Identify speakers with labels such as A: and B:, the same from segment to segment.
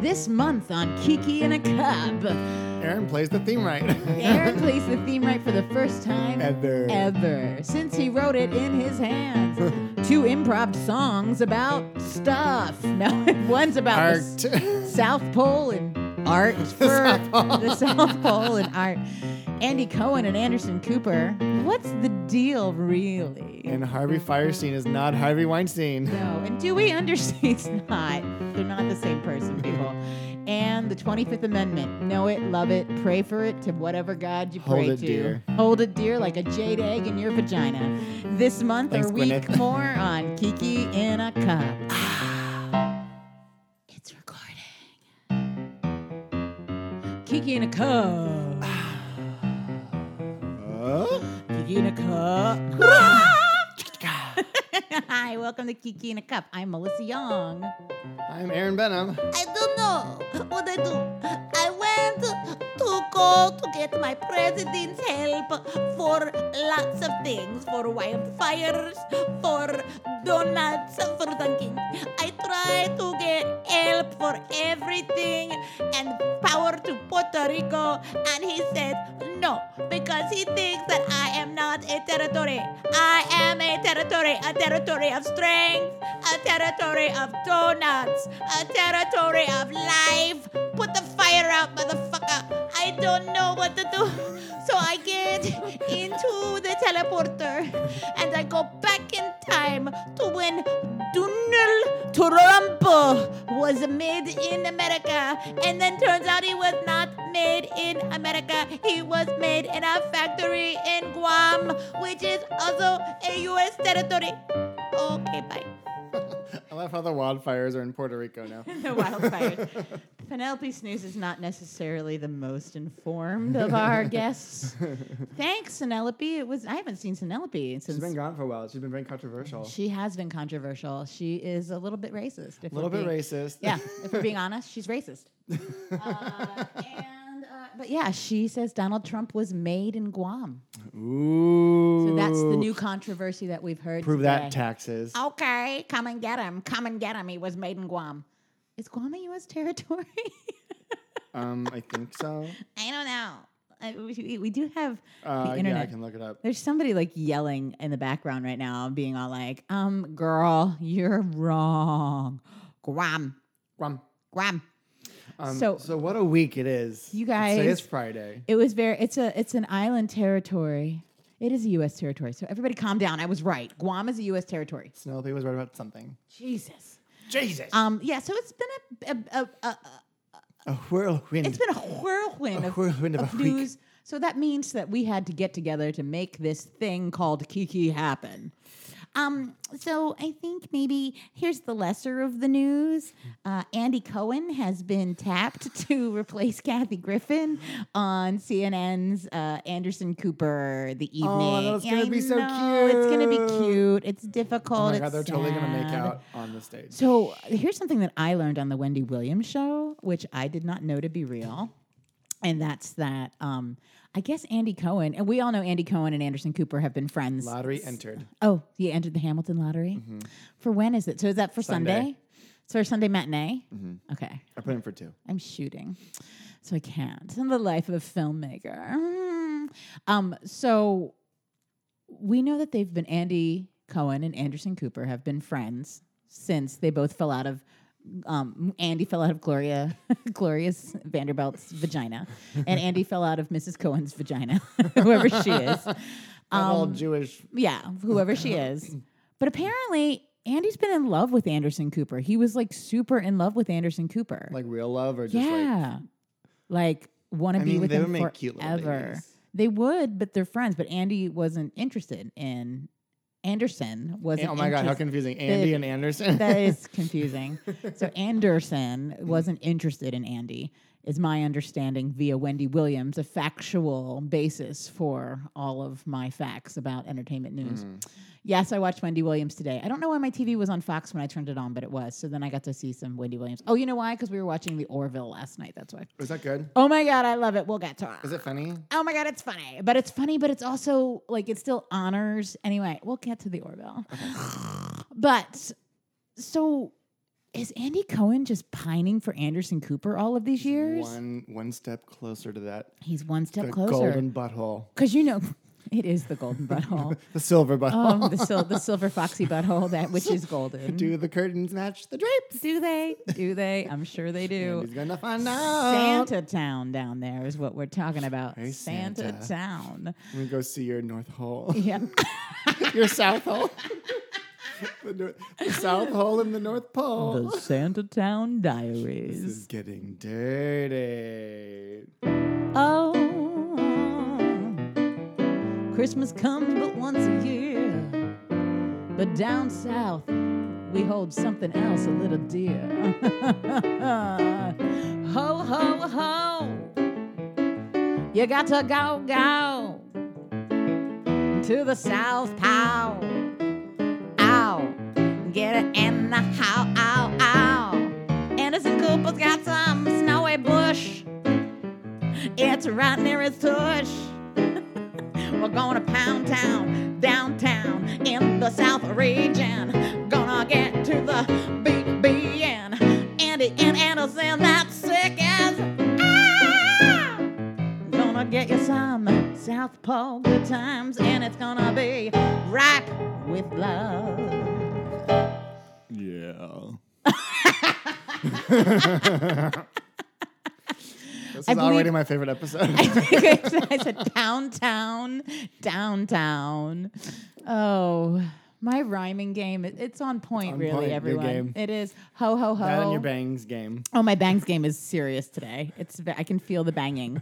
A: This month on Kiki and a Cup,
B: Aaron plays the theme right.
A: Aaron plays the theme right for the first time
B: Ever.
A: ever since he wrote it in his hands. Two improv songs about stuff. No, one's about the
B: Art.
A: South Pole and art for
B: South Pole.
A: the South Pole and art. Andy Cohen and Anderson Cooper. What's the deal, really?
B: and Harvey Firestein is not Harvey Weinstein.
A: No, and do we understand? It's not. They're not the same person, people. And the 25th Amendment. Know it, love it, pray for it to whatever God you
B: Hold
A: pray
B: it
A: to.
B: dear.
A: Hold it dear like a jade egg in your vagina. This month
B: Thanks,
A: or week
B: Gwyneth.
A: more on Kiki in a Cup.
B: Ah.
A: it's recording. Kiki in a Cup.
B: Oh.
A: Kiki in a Cup.
B: Ah.
A: Hi, welcome to Kiki in a Cup. I'm Melissa Young.
B: I'm Aaron Benham.
C: I don't know what I do. I went to go to get my president's help for lots of things for wildfires, for donuts, for dunking. I try to get help for everything and power to Puerto Rico, and he said no because he thinks that I am not a territory. I am a territory, a territory of strength, a territory of donuts, a territory of life. Put the fire out, motherfucker. I don't know what to do. So I get into the teleporter and I go back in time to when Donald Trump was made in America. And then turns out he was not made in America. He was made in a factory in Guam, which is also a U.S. territory. Okay, bye.
B: I love how the wildfires are in Puerto Rico now.
A: the wildfires. Penelope Snooze is not necessarily the most informed of our guests. Thanks, Penelope. It was I haven't seen Penelope since
B: She's been gone for a while. She's been very controversial.
A: she has been controversial. She is a little bit racist. if
B: A little
A: we're
B: bit
A: being-
B: racist.
A: Yeah, if we're being honest, she's racist. Uh, and uh, but yeah, she says Donald Trump was made in Guam.
B: Ooh.
A: So that's the new controversy that we've heard.
B: Prove
A: today.
B: that taxes.
A: Okay, come and get him. Come and get him. He was made in Guam. Is Guam a U.S. territory?
B: Um, I think so.
A: I don't know. I, Uh, we, we do have
B: Uh,
A: the
B: yeah, I
A: internet.
B: can look it up.
A: There's somebody like yelling in the background right now, being all like, "Um, girl, you're wrong. Guam,
B: Um,
A: Guam."
B: um, so,
A: So-
B: what a week it is.
A: You
B: Today
A: guys-
B: is Friday.
A: It was very. It's a. It's an island territory. It is a U.S. territory. So everybody, calm down. I was right. Guam is a U.S. territory.
B: Penelope was right about something.
A: Jesus.
B: Jesus.
A: Um. Yeah. So it's been a. a, a, a, a
B: a whirlwind.
A: it's been a whirlwind
B: A
A: of,
B: whirlwind of
A: of
B: a week.
A: news. So that means that we had to get together to make this thing called Kiki happen.
C: Um, so I think maybe here's the lesser of the news.
A: Uh, Andy Cohen has been tapped to replace Kathy Griffin on CNN's uh, Anderson Cooper the evening.
B: that's Oh, gonna
A: I
B: be so
A: know, It's gonna be cute.
B: cute.
A: It's difficult.
B: oh my
A: it's
B: god, they're totally gonna make
A: sad.
B: out on the stage.
A: So here's something that I learned on the Wendy Williams show, which I did not know to be real, and that's that um, I guess Andy Cohen and we all know Andy Cohen and Anderson Cooper have been friends.
B: Lottery entered.
A: Oh, he entered the Hamilton lottery. For when is it? So is that for Sunday?
B: Sunday.
A: It's for Sunday matinee. Okay,
B: I put in for two.
A: I'm shooting, so I can't. In the life of a filmmaker. Mm. Um, so we know that they've been Andy Cohen and Anderson Cooper have been friends since they both fell out of. Um, Andy fell out of Gloria, Gloria's Vanderbilt's vagina, and Andy fell out of Mrs. Cohen's vagina, whoever she is. Um,
B: That old Jewish.
A: Yeah, whoever she is. But apparently, Andy's been in love with Anderson Cooper. He was like super in love with Anderson Cooper.
B: Like real love or just like
A: yeah, like, want to
B: I
A: be
B: mean,
A: with
B: they
A: him
B: would make cute little
A: forever.
B: babies.
A: They would, but they're friends. But Andy wasn't interested in Anderson. Wasn't
B: oh my god, how
A: interest-
B: confusing. Andy and Anderson.
A: that is confusing. so Anderson wasn't interested in Andy, is my understanding via Wendy Williams, a factual basis for all of my facts about entertainment news.
B: Hmm.
A: Yes, I watched Wendy Williams today. I don't know why my TV was on Fox when I turned it on, but it was. So then I got to see some Wendy Williams. Oh, you know why? Because we were watching The Orville last night. That's why.
B: Was that good?
A: Oh my God, I love it. We'll get to it.
B: Is it funny?
A: Oh my god, it's funny, but it's funny, but it's also like it still honors. Anyway, we'll get to the Orville, but so is Andy Cohen just pining for Anderson Cooper all of these years?
B: One one step closer to that.
A: He's one step
B: The
A: closer.
B: golden butthole.
A: Because you know, it is the golden butthole.
B: The silver butthole.
A: um, the, sil- the silver foxy butthole, that which is golden.
B: Do the curtains match the drapes?
A: Do they? Do they? I'm sure they do.
B: He's gonna find out.
A: Santa Town down there is what we're talking about.
B: Hey,
A: Santa.
B: Santa.
A: Town.
B: I'm gonna go see your north hole.
A: Yeah.
B: your south hole. the, nor- the south hole in the North Pole.
A: the Santa Town
B: This
A: Diaries.
B: is getting dirty.
A: Oh, Christmas comes but once a year. But down south, we hold something else a little dear. ho, ho, ho. You got to go, go to the South Pole. Ow. Get it in the how, ow, ow. Anderson Cooper's got some snowy bush. It's right near his tush. We're going to Pound Town, downtown, in the South region. Gonna get to the BBN. Andy and Anderson, that's sick as. Ah! Gonna get you some South Pole good times, and it's gonna be ripe with love.
B: Yeah. this
A: I
B: is already
A: believe-
B: my favorite episode.
A: I think I said, I said downtown, downtown. Oh, my rhyming game, it, it's on point,
B: on
A: really,
B: point, your
A: everyone.
B: game.
A: It is ho, ho, ho.
B: That and your bangs game.
A: Oh, my bangs game is serious today. It's ve- I can feel the banging.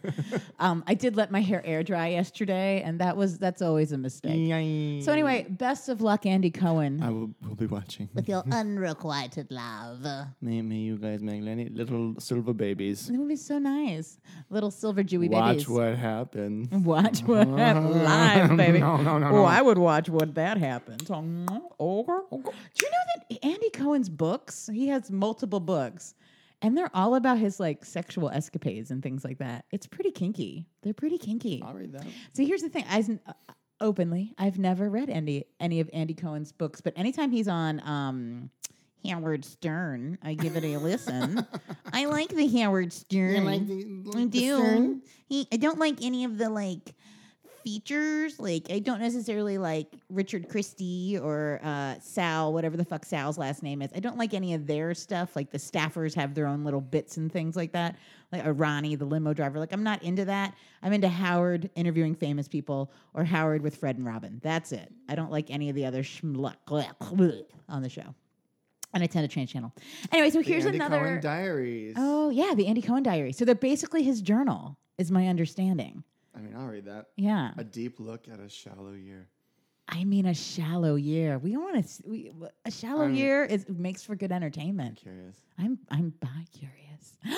A: um, I did let my hair air dry yesterday, and that was that's always a mistake. So
B: Mm.
A: anyway, best of luck, Andy Cohen.
B: I will, will be watching.
C: with your unrequited love.
B: May, may you guys make many little silver babies.
A: it would be so nice, little silver Jewy
B: Watch
A: babies.
B: what happens.
A: Watch what happens live, baby.
B: No, no, no,
A: Oh,
B: no.
A: I would watch what that happens. Oh, Do you know that Andy Cohen's books? He has multiple books, and they're all about his like sexual escapades and things like that. It's pretty kinky. They're pretty kinky.
B: I'll read that.
A: So here's the thing: I uh, openly, I've never read any any of Andy Cohen's books, but anytime he's on um, Howard Stern, I give it a listen. I like the Howard Stern. I do. He, I don't like any of the like features. Like I don't necessarily like Richard Christie or uh, Sal, whatever the fuck Sal's last name is. I don't like any of their stuff. Like the staffers have their own little bits and things like that. Like uh, Ronnie, the limo driver. Like I'm not into that. I'm into Howard interviewing famous people or Howard with Fred and Robin. That's it. I don't like any of the other schmuck on the show. And I tend to change channel. Anyway, so
B: The
A: here's
B: Andy
A: another
B: Cohen Diaries.
A: Oh yeah, the Andy Cohen diary. So they're basically his journal, is my understanding.
B: I mean, I'll read that.
A: Yeah,
B: A deep look at a shallow year.
A: I mean a shallow year. We want to. We, a shallow
B: I'm-
A: year is makes for good entertainment.
B: Curious.
A: I'm I'm bi curious.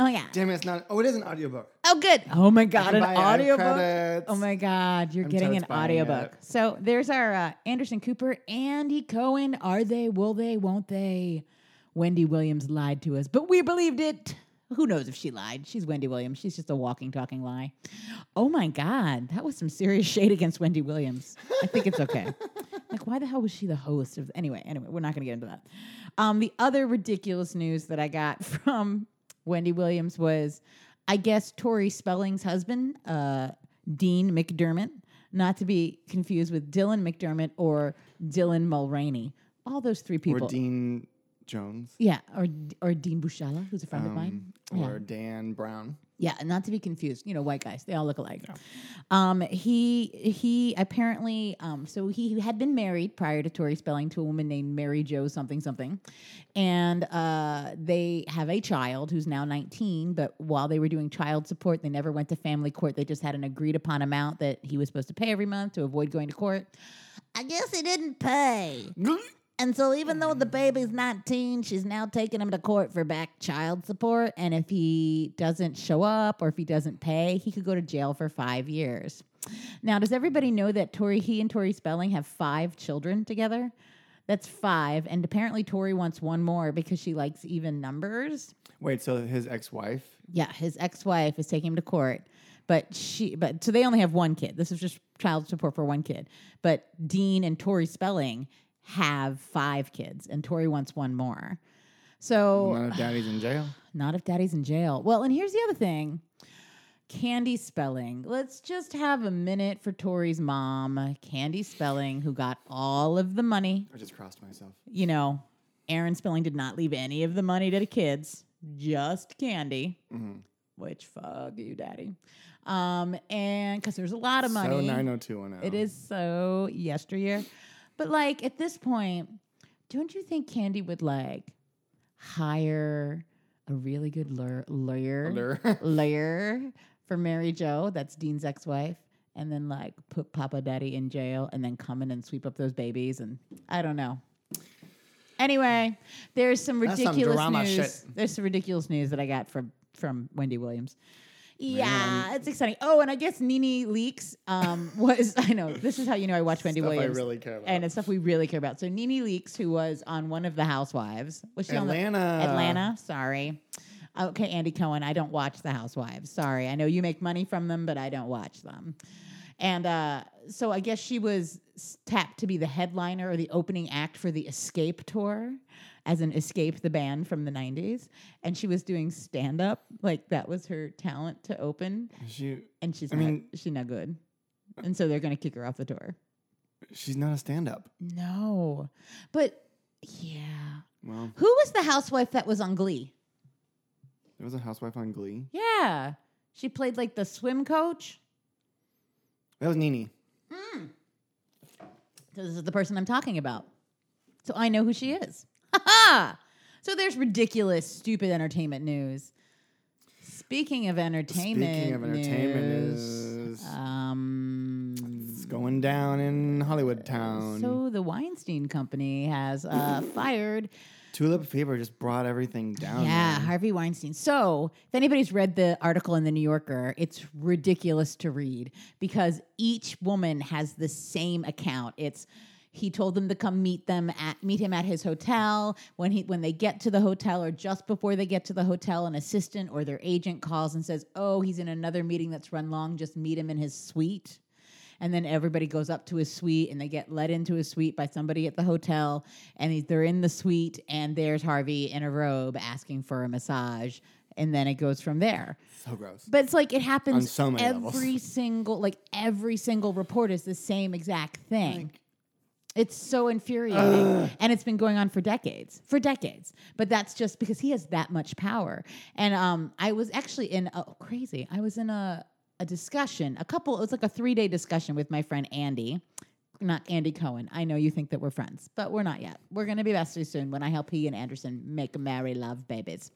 A: oh yeah.
B: Damn it, it's not. Oh, it is an audiobook.
A: Oh good. Oh my
B: I
A: god,
B: can
A: an
B: buy it. I have
A: audiobook.
B: credits.
A: Oh my god, you're
B: I'm
A: getting
B: totes
A: an
B: buying it.
A: audiobook. So there's our uh, Anderson Cooper, Andy Cohen. Are they? Will they? Won't they? Wendy Williams lied to us, but we believed it. Who knows if she lied? She's Wendy Williams. She's just a walking, talking lie. Oh my God, that was some serious shade against Wendy Williams. I think it's okay. like, why the hell was she the host of? Anyway, anyway, we're not going to get into that. Um, the other ridiculous news that I got from Wendy Williams was, I guess Tori Spelling's husband, uh, Dean McDermott, not to be confused with Dylan McDermott or Dylan Mulroney. All those three people.
B: Or Dean Jones.
A: Yeah, or or Dean Buscella, who's a friend of mine.
B: um, Or Dan Brown.
A: Yeah, not to be confused. You know, white guys, they all look alike. Um, he he apparently um, so he had been married prior to Tori Spelling to a woman named Mary Jo something something, and uh, they have a child who's now 19. But while they were doing child support, they never went to family court. They just had an agreed upon amount that he was supposed to pay every month to avoid going to court.
C: I guess he didn't pay. And so, even though the baby's 19, she's now taking him to court for back
A: child support and if he doesn't show up or if he doesn't pay he could go to jail for five years now does everybody know that tori he and tori spelling have five children together that's five and apparently tori wants one more because she likes even numbers
B: Wait, so his ex-wife?
A: yeah his ex-wife is taking him to court but she but so they only have one kid this is just child support for one kid but dean and tori spelling have five kids and tori wants one more So
B: None of daddy's in jail.
A: Not if daddy's in jail. Well, and here's the other thing Candy Spelling. Let's just have a minute for Tori's mom, Candy Spelling, who got all of the money.
B: I just crossed myself.
A: You know, Aaron Spelling did not leave any of the money to the kids, just Candy,
B: Mhm.
A: which fuck you, daddy. Um, and because there's a lot of
B: So
A: money.
B: 90210.
A: It is so yesteryear. But like at this point, don't you think Candy would like hire a really good lur- lawyer?
B: Under-
A: Lawyer for Mary Joe, that's Dean's ex-wife, and then like put Papa Daddy in jail and then come in and sweep up those babies and I don't know. Anyway, there's some
B: That's some
A: ridiculous
B: drama
A: news.
B: shit.
A: There's some ridiculous news that I got from from Wendy Williams. Yeah,
B: Man.
A: it's exciting. Oh, and I guess Nene Leaks um, was I know this is how you know I watch Wendy
B: Stuff I
A: Williams.
B: really care about.
A: And it's stuff we really care about. So Nene Leaks, who was on one of the Housewives, was she on the-
B: Atlanta.
A: Atlanta. Sorry. Okay, Andy Cohen. I don't watch The Housewives. Sorry. I know you make money from them, but I don't watch them. And uh, so I guess she was s- tapped to be the headliner or the opening act for the Escape tour, as an Escape the band from the '90s. And she was doing stand up, like that was her talent to open.
B: She,
A: And she's
B: I
A: not,
B: mean-
A: she's not good. And so they're gonna kick her off the tour.
B: she's not a stand-up.
A: No, but yeah.
B: Well,
A: Who was the housewife that was on Glee?
B: there was a housewife on Glee.
A: Yeah. She played like the swim coach.
B: That was Nene.
A: So this is the person I'm talking about. So I know who she is. Ha ha! So there's ridiculous, stupid entertainment news. Speaking of entertainment,
B: Speaking of entertainment
A: news,
B: news,
A: um,
B: it's going down in Hollywood town.
A: so the Weinstein Company has uh, fired
B: Tulip fever just brought everything down.
A: Yeah,
B: man.
A: Harvey Weinstein. So, if anybody's read the article in the New Yorker, it's ridiculous to read because each woman has the same account. It's he told them to come meet them at meet him at his hotel when he when they get to the hotel or just before they get to the hotel an assistant or their agent calls and says, "Oh, he's in another meeting that's run long, just meet him in his suite." and then everybody goes up to his suite and they get let into his suite by somebody at the hotel and he- they're in the suite and there's harvey in a robe asking for a massage and then it goes from there
B: So gross.
A: but it's like it happens
B: On so many
A: every
B: levels.
A: single like every single report is the same exact thing it's so infuriating. And it's been going on for decades, for decades. But that's just because he has that much power. And um, I was actually in, oh, crazy. I was in a, a discussion, a couple, it was like a three day discussion with my friend Andy. Not Andy Cohen. I know you think that we're friends, but we're not yet. We're going to be besties soon when I help he and Anderson make marry love babies.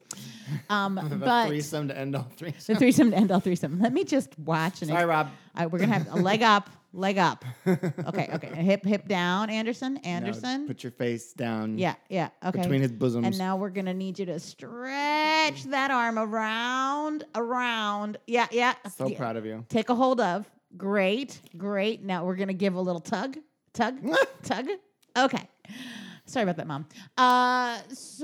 A: Um,
B: The
A: but
B: threesome to end all threesome.
A: the threesome to end all threesome. Let me just watch and
B: Sorry, Rob.
A: I, we're gonna have a leg up, leg up. Okay, okay. Hip, hip down, Anderson,
B: Now
A: Anderson.
B: put your face down.
A: yeah, yeah. Okay.
B: Between his bosoms.
A: and now we're gonna need you to stretch that arm around, around. Yeah, yeah.
B: so
A: Yeah.
B: proud of you.
A: Take a hold of. Great, great. Now we're gonna give a little tug, tug, tug. Okay. Sorry about that, mom. Uh,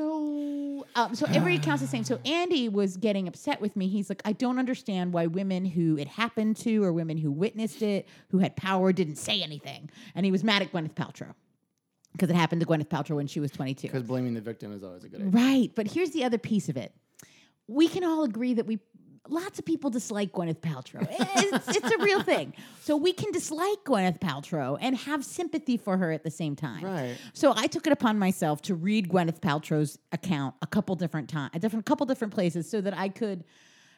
A: so, um, so every account's the same. So Andy was getting upset with me. He's like, I don't understand why women who it happened to, or women who witnessed it, who had power, didn't say anything. And he was mad at Gwyneth Paltrow because it happened to Gwyneth Paltrow when she was 22.
B: Because blaming the victim is always a good idea.
A: Right. But here's the other piece of it. We can all agree that we lots of people dislike Gwyneth Paltrow. It's, it's a real thing. So we can dislike Gwyneth Paltrow and have sympathy for her at the same time.
B: Right.
A: So I took it upon myself to read Gwyneth Paltrow's account a couple different times, a different couple different places, so that I could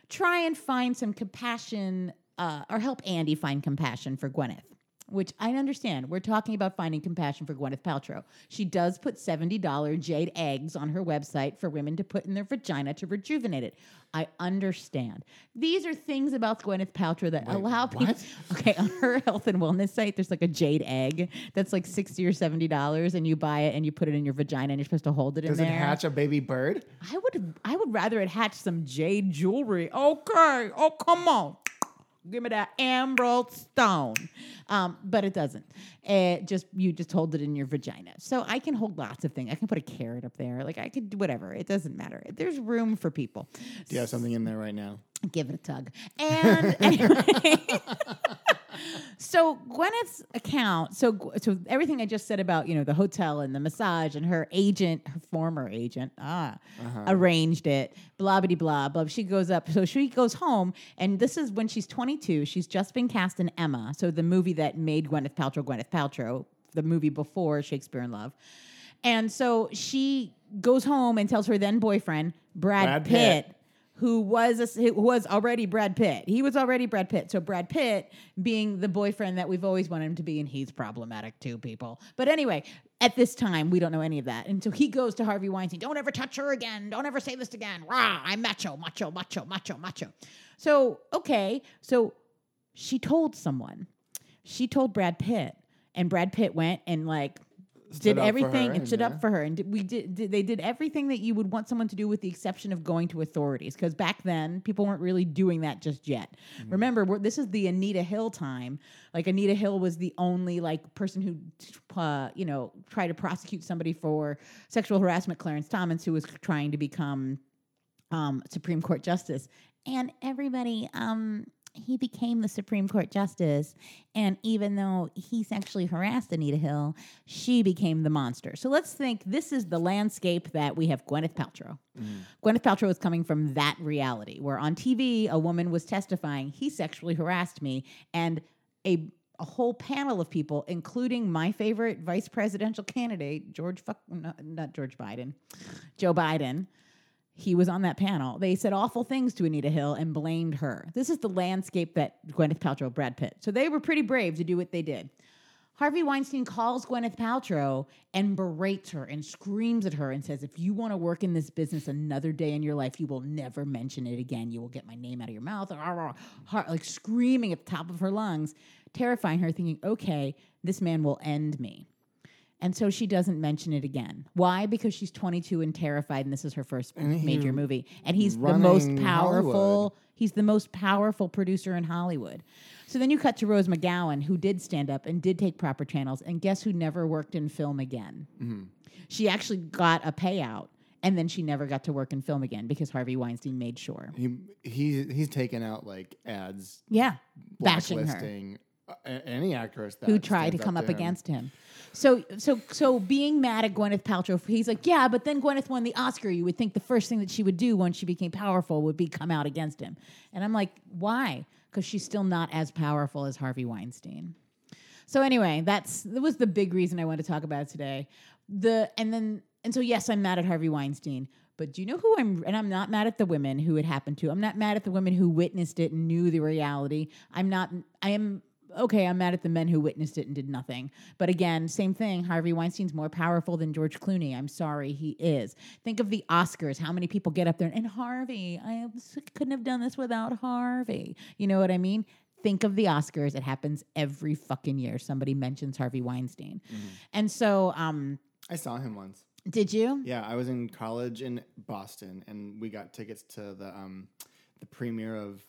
A: try and find some compassion uh, or help Andy find compassion for Gwyneth. Which I understand. We're talking about finding compassion for Gwyneth Paltrow. She does put $70 jade eggs on her website for women to put in their vagina to rejuvenate it. I understand. These are things about Gwyneth Paltrow that allow people.
B: what?
A: Okay, on her health and wellness site, there's like a jade egg that's like sixty or seventy dollars, and you buy it and you put it in your vagina, and you're supposed to hold it
B: Does
A: in
B: it
A: there.
B: hatch a baby bird?
A: I would, I would rather it hatch some jade jewelry. Okay, oh come on, give me that emerald stone. Um, but it doesn't. It just you just hold it in your vagina. So I can hold lots of things. I can put a carrot up there. Like I could do whatever. It doesn't matter. There's room for people.
B: Do you have something in there right now?
A: Give it a tug. And anyway, So Gwyneth's account. So Gw- so everything I just said about you know the hotel and the massage and her agent, her former agent, ah,
B: Uh-huh.
A: arranged it. Blah blah blah blah. She goes up. So she goes home, and this is when she's 22. She's just been cast in Emma, so the movie that made Gwyneth Paltrow Gwyneth Paltrow, the movie before Shakespeare in Love. And so she goes home and tells her then boyfriend Brad,
B: Brad
A: Pitt
B: Pitt.
A: who was a, who was already Brad Pitt. He was already Brad Pitt. So Brad Pitt being the boyfriend that we've always wanted him to be, and he's problematic too, people. But anyway, at this time we don't know any of that, and so he goes to Harvey Weinstein. Don't ever touch her again. Don't ever say this again. Rah! I'm macho, macho, macho, macho, macho. So okay, so she told someone. She told Brad Pitt, and Brad Pitt went and like
B: Stood
A: did
B: up for
A: everything
B: her
A: and
B: and,
A: stood
B: uh,
A: up for her and did, we did, did they did everything that you would want someone to do with the exception of going to authorities because back then people weren't really doing that just yet remember we're, this is the anita hill time like anita hill was the only like person who uh, you know tried to prosecute somebody for sexual harassment clarence thomas who was trying to become um, Supreme Court justice, and everybody. Um, he became the Supreme Court justice, and even though he sexually harassed Anita Hill, she became the monster. So let's think this is the landscape that we have Gwyneth Paltrow. Gwyneth Paltrow is coming from that reality where on TV a woman was testifying, he sexually harassed me, and a a whole panel of people, including my favorite vice presidential candidate, George, fuck, not, not George Biden, Joe Biden, he was on that panel. They said awful things to Anita Hill and blamed her. This is the landscape that Gwyneth Paltrow, Brad Pitt. So they were pretty brave to do what they did. Harvey Weinstein calls Gwyneth Paltrow and berates her and screams at her and says, If you want to work in this business another day in your life, you will never mention it again. You will get my name out of your mouth. Rah, rah, har- Like screaming at the top of her lungs, terrifying her, thinking, Okay, this man will end me. And so she doesn't mention it again. Why? Because she's 22 and terrified, and this is her first major movie. And he's the most
B: running
A: powerful.
B: Hollywood.
A: He's the most powerful producer in Hollywood. So then you cut to Rose McGowan, who did stand up and did take proper channels. And guess who never worked in film again? She actually got a payout, and then she never got to work in film again because Harvey Weinstein made sure.
B: He he he's taken out like ads
A: Yeah, bashing her.
B: blacklisting uh, a- any actress that
A: who tried to
B: stands
A: come up
B: to him.
A: against him. So, so, so being mad at Gwyneth Paltrow, he's like, yeah, but then Gwyneth won the Oscar. You would think the first thing that she would do once she became powerful would be come out against him. And I'm like, why? Because she's still not as powerful as Harvey Weinstein. So anyway, that's that was the big reason I wanted to talk about it today. The and then and so yes, I'm mad at Harvey Weinstein, but do you know who I'm and I'm not mad at the women who it happened to. I'm not mad at the women who witnessed it and knew the reality. I'm not I am okay, I'm mad at the men who witnessed it and did nothing. But again, same thing. Harvey Weinstein's more powerful than George Clooney. I'm sorry, he is. Think of the Oscars, how many people get up there and, and Harvey, I s- couldn't have done this without Harvey. You know what I mean? Think of the Oscars. It happens every fucking year. Somebody mentions Harvey Weinstein.
B: Mm-hmm.
A: And so, um,
B: I saw him once.
A: did you?
B: Yeah, I was in college in Boston, and we got tickets to the um, the premiere of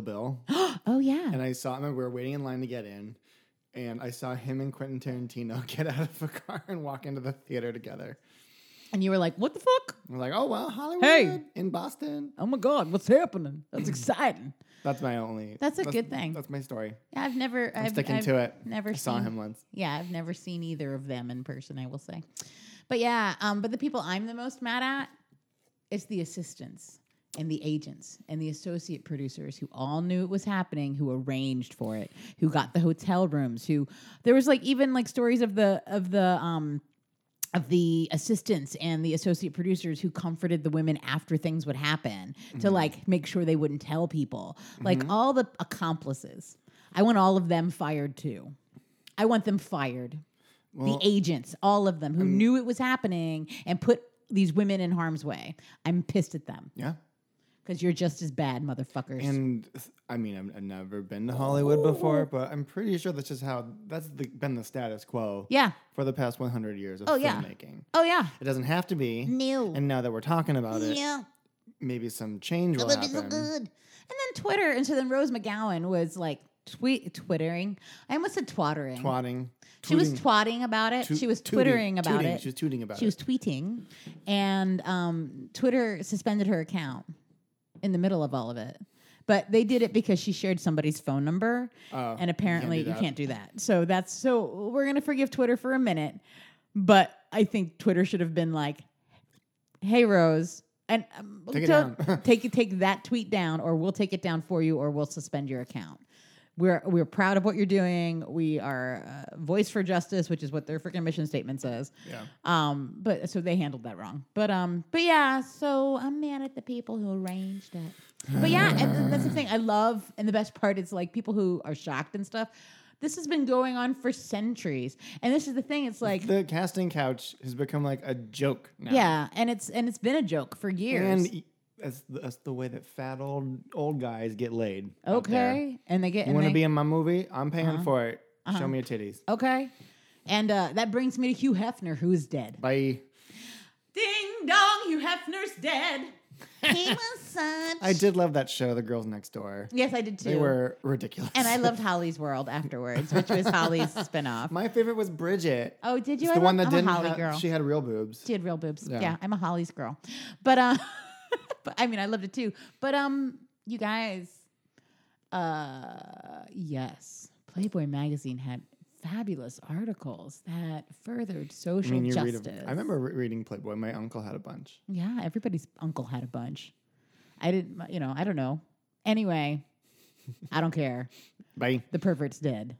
B: Bill.
A: Oh, yeah.
B: and I saw. I remember we were waiting in line to get in, and I saw him and Quentin Tarantino get out of a car and walk into the theater together.
A: And you were like, what the fuck?
B: And we're like, oh well, Hollywood
A: Hey.
B: in Boston.
A: Oh my God, what's happening? That's exciting.
B: That's my only.
A: That's a good thing.
B: That's my story.
A: Yeah, I've never,
B: I'm
A: I've,
B: sticking
A: I've
B: to it.
A: Never
B: I saw
A: seen-
B: him once.
A: Yeah, I've never seen either of them in person, I will say. But yeah, um, but the people I'm the most mad at is the assistants and the agents and the associate producers who all knew it was happening, who arranged for it, who got the hotel rooms, who there was like even like stories of the of the um of the assistants and the associate producers who comforted the women after things would happen to like make sure they wouldn't tell people. Like all the accomplices. I want all of them fired too. I want them fired. the agents, all of them who knew it was happening and put these women in harm's way. I'm pissed at them
B: Yeah,
A: because you're just as bad, motherfuckers.
B: and th- I mean, I'm, I've never been to Hollywood before,
A: Oh.
B: but I'm pretty sure that's just how that's the, been the status quo.
A: yeah.
B: for the past 100 years of
A: Oh, yeah.
B: filmmaking.
A: Oh, yeah.
B: It doesn't have to be.
A: No.
B: And now that we're talking about it,
A: Yeah.
B: maybe some change will
A: That'd be so
B: happen.
A: good. And then Twitter. And so then Rose McGowan was like tweet twittering. I almost said twattering.
B: Twatting.
A: She was
B: Tooting.
A: twatting about it.
B: Toot-
A: she was
B: tooting.
A: twittering about
B: Tooting.
A: it.
B: She was tooting about
A: She was
B: it.
A: tweeting, and um, Twitter suspended her account in the middle of all of it But they did it because she shared somebody's phone number,
B: Oh,
A: and apparently you
B: that.
A: can't do that. So that's so we're gonna forgive Twitter for a minute, but I think Twitter should have been like, "Hey Rose." And um,
B: Take it
A: tell-
B: down.
A: take take that tweet down, or we'll take it down for you, or we'll suspend your account. We're we're proud of what you're doing. We are uh, voice for justice, which is what their freaking mission statement says.
B: Yeah.
A: Um, but so they handled that wrong. But um, but yeah, so I'm mad at the people who arranged it. But yeah, and th- that's the thing I love, and the best part is like people who are shocked and stuff. This has been going on for centuries, and this is the thing. It's like
B: The casting couch has become like a joke now.
A: yeah, and it's and it's been a joke for years.
B: And that's, that's the way that fat old old guys get laid. out there.
A: okay, and they get
B: You
A: and
B: want to
A: they-
B: be in my movie? I'm paying for it.
A: Uh-huh.
B: Show me your titties.
A: okay, and uh, that brings me to Hugh Hefner, who's dead.
B: Bye.
A: Ding dong, Hugh Hefner's dead.
C: He was such.
B: I did love that show, The Girls Next Door.
A: Yes, I did too.
B: They were ridiculous.
A: and I loved Holly's World afterwards, which was Holly's spinoff.
B: My favorite was Bridget.
A: Oh, did you?
B: It's
A: I
B: the
A: love-
B: one that
A: I'm
B: didn't.
A: a Holly
B: have-
A: girl.
B: She had real boobs.
A: She had real boobs. Yeah.
B: Yeah.
A: I'm a Holly's girl. But uh but I mean I loved it too. But um you guys uh yes. Playboy magazine had fabulous articles that furthered
B: I
A: social
B: mean, you read.
A: justice.
B: a- I remember re- reading Playboy. My uncle had a bunch.
A: Yeah, everybody's uncle had a bunch. I didn't you know, I don't know. Anyway, I don't care.
B: Bye.
A: The pervert's dead.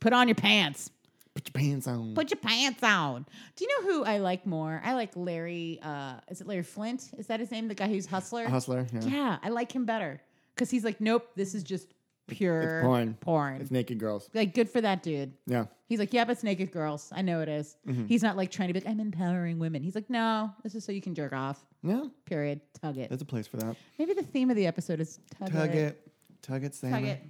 A: Put on your pants.
B: Put your pants on.
A: Put your pants on. Do you know who I like more? I like Larry. Uh, is it Larry Flint? Is that his name? The guy who's Hustler.
B: Hustler. Yeah.
A: yeah, I like him better because he's like, nope, this is just pure
B: porn.
A: Porn.
B: It's naked girls.
A: like, good for that dude.
B: Yeah.
A: He's like, yeah, but it's naked girls. I know it is. He's not like trying to be like, I'm empowering women. He's like, no, this is so you can jerk off.
B: Yeah.
A: Period. Tug it.
B: There's a place for that.
A: Maybe the theme of the episode is tug,
B: Tug
A: it.
B: it. Tug it, Sam.
A: Tug it.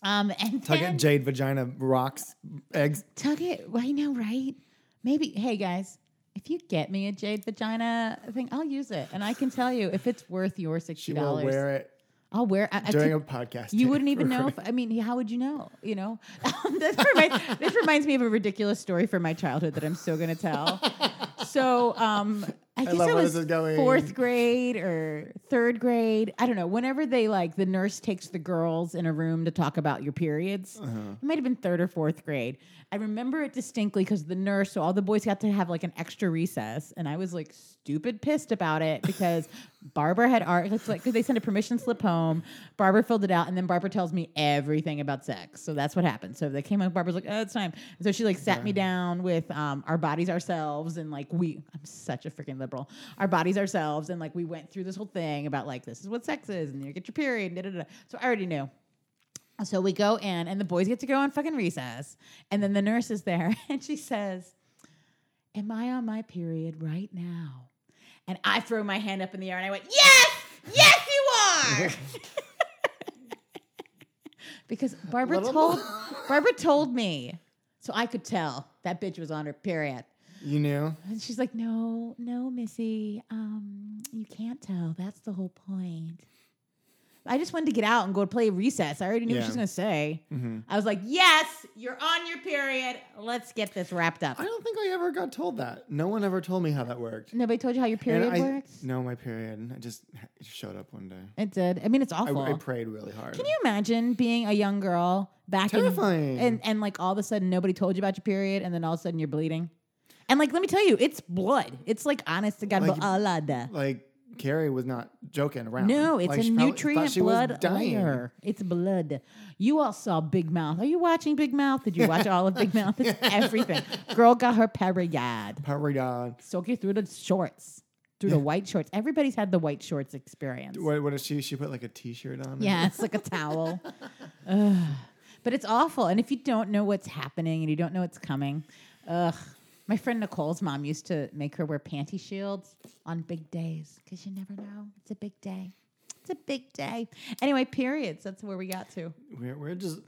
A: Um, and
B: Tug
A: then,
B: it, jade vagina rocks eggs.
A: Tug it. Well, I know, right? Maybe. Hey, guys, if you get me a jade vagina thing, I'll use it, and I can tell you if it's worth your sixty
B: She will
A: dollars.
B: wear it
A: I'll wear. I, I
B: during a
A: could-
B: podcast.
A: you wouldn't even know. If, I mean, how would you know? You know. Um, this, reminds, this reminds me of a ridiculous story from my childhood that I'm still going to tell. so, um, I guess
B: love
A: I
B: where
A: was
B: this is going.
A: fourth grade or third grade. I don't know. Whenever they like the nurse takes the girls in a room to talk about your periods,
B: Uh-huh.
A: it might have been third or fourth grade. I remember it distinctly because the nurse, so all the boys got to have like an extra recess, and I was like stupid pissed about it because Barbara had art. It's like because they sent a permission slip home. Barbara filled it out, and then Barbara tells me everything about sex. So that's what happened. So they came up. Barbara's like, "Oh, it's time." And so she like sat me down with um, our bodies ourselves, and like we. I'm such a freaking liberal. Our bodies ourselves, and like we went through this whole thing about like this is what sex is, and you get your period. Da, da, da. So I already knew. So we go in, and the boys get to go on fucking recess. And then the nurse is there, and she says, Am I on my period right now? And I throw my hand up in the air and I went, Yes, yes, you are. because Barbara
B: Little
A: told Barbara told me. So I could tell that bitch was on her period.
B: You knew.
A: And she's like, No, no, Missy. Um, you can't tell. That's the whole point. I just wanted to get out and go play recess. I already knew what
B: Yeah. Mm-hmm.
A: she was gonna say. I was like, Yes, you're on your period. Let's get this wrapped up.
B: I don't think I ever got told that. No one ever told me how that worked.
A: Nobody told you how your
B: And
A: period
B: I,
A: works?
B: No, my period. I just it just showed up one day.
A: It did. I mean, it's awful.
B: I, I prayed really hard.
A: Can you imagine being a young girl back in-
B: Terrifying.
A: and and like all of a sudden nobody told you about your period, and then all of a sudden you're bleeding, and like let me tell you, it's blood. It's like honest to God,
B: Like-
A: blood.
B: Like Carrie was not joking around.
A: No, it's
B: Um, Like,
A: a
B: she probably thought
A: nutrient
B: she was
A: blood layer. It's blood. You all saw Big Mouth. Are you watching Big Mouth? Did you watch all of Big Mouth? It's everything. Girl got her period.
B: Period.
A: Soak you through the shorts, through the white shorts. Everybody's had the white shorts experience.
B: What, what is she? She put like a T-shirt on.
A: Yeah, it's like a towel. Ugh. But it's awful. And if you don't know what's happening and you don't know what's coming, ugh. My friend Nicole's mom used to make her wear panty shields on big days because you never know. It's a big day. It's a big day. Anyway, periods. That's where we got to.
B: We're, we're just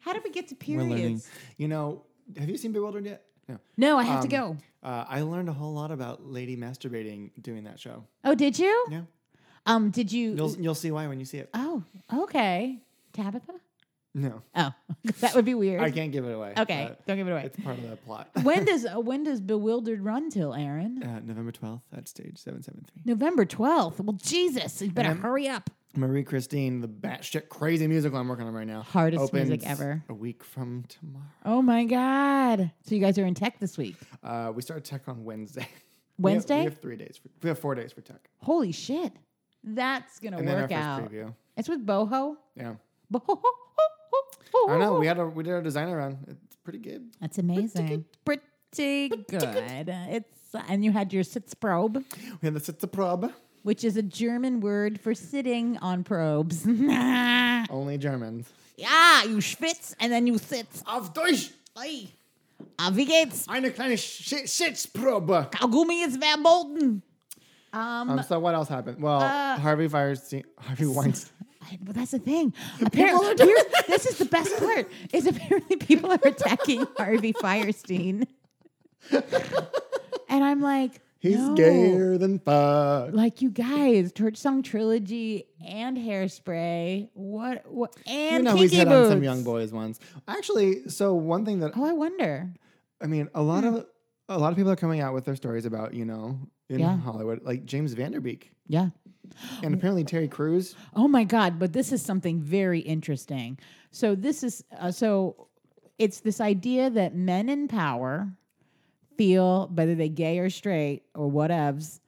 A: How did we get to
B: we're learning.
A: periods?
B: You know, have you seen Bewildered yet? No.
A: No, I have to
B: Um,
A: go.
B: Uh, I learned a whole lot about lady masturbating doing that show.
A: Oh, did you?
B: Yeah,
A: Um, did you?
B: you'll you'll see why when you see it.
A: oh, okay. Tabitha.
B: No,
A: Oh, that would be weird.
B: I can't give it away.
A: okay,
B: but
A: don't give it away.
B: it's part of the plot.
A: when does uh, when does Bewildered run till, Aaron?
B: Uh, November twelfth at stage seven seven three.
A: November 12th. Well, Jesus, you better
B: I'm-
A: hurry up.
B: Marie Christine, the batshit crazy musical I'm working on right now.
A: Hardest music
B: opens
A: ever.
B: A week from tomorrow.
A: Oh my God. So you guys are in tech this week.
B: Uh, we start tech on Wednesday. We have-
A: Wednesday?
B: We have, three days. For, we have four days for tech,
A: Holy shit. That's going to
B: and then our
A: work
B: first
A: out.
B: preview.
A: It's with Boho.
B: Yeah,
A: Boho.
B: I know. We had a we did our designer run. It's pretty good.
A: That's amazing. Pretty good. It's and you had your Sitzprobe,
B: We had the sit the probe.
A: which is a German word for sitting on probes. and
B: Only Germans.
C: Ja, you schwitz and
A: then you sit.
B: Auf Deutsch,
C: Oi.
A: Ah, wie geht's?
B: eine kleine Sch- Sitzprobe.
A: Kaugummi ist verboten. Um,
B: Um, so what else happened? Well,
A: uh,
B: Harvey Firestein, Harvey Weinstein.
A: I- well, that's the thing. Apparently, here's- this is the best part. Is apparently people are attacking Harvey Firestein, and I'm like,
B: He's
A: no.
B: gayer than fuck.
A: Like you guys, Torch Song Trilogy and Hairspray. What? What?
B: You
A: And
B: know, he's
A: Kinky
B: hit on some
A: Boots.
B: young boys once. Actually, so one thing that
A: Oh, I wonder.
B: I mean, a lot
A: Hmm.
B: of a lot of people are coming out with their stories about you know in
A: Yeah.
B: Hollywood, like James Vanderbeek,
A: Yeah.
B: and apparently Terry Crews.
A: Oh my God! But this is something very interesting. So this is uh, so it's this idea that men in power feel, whether they gay or straight or whatevs,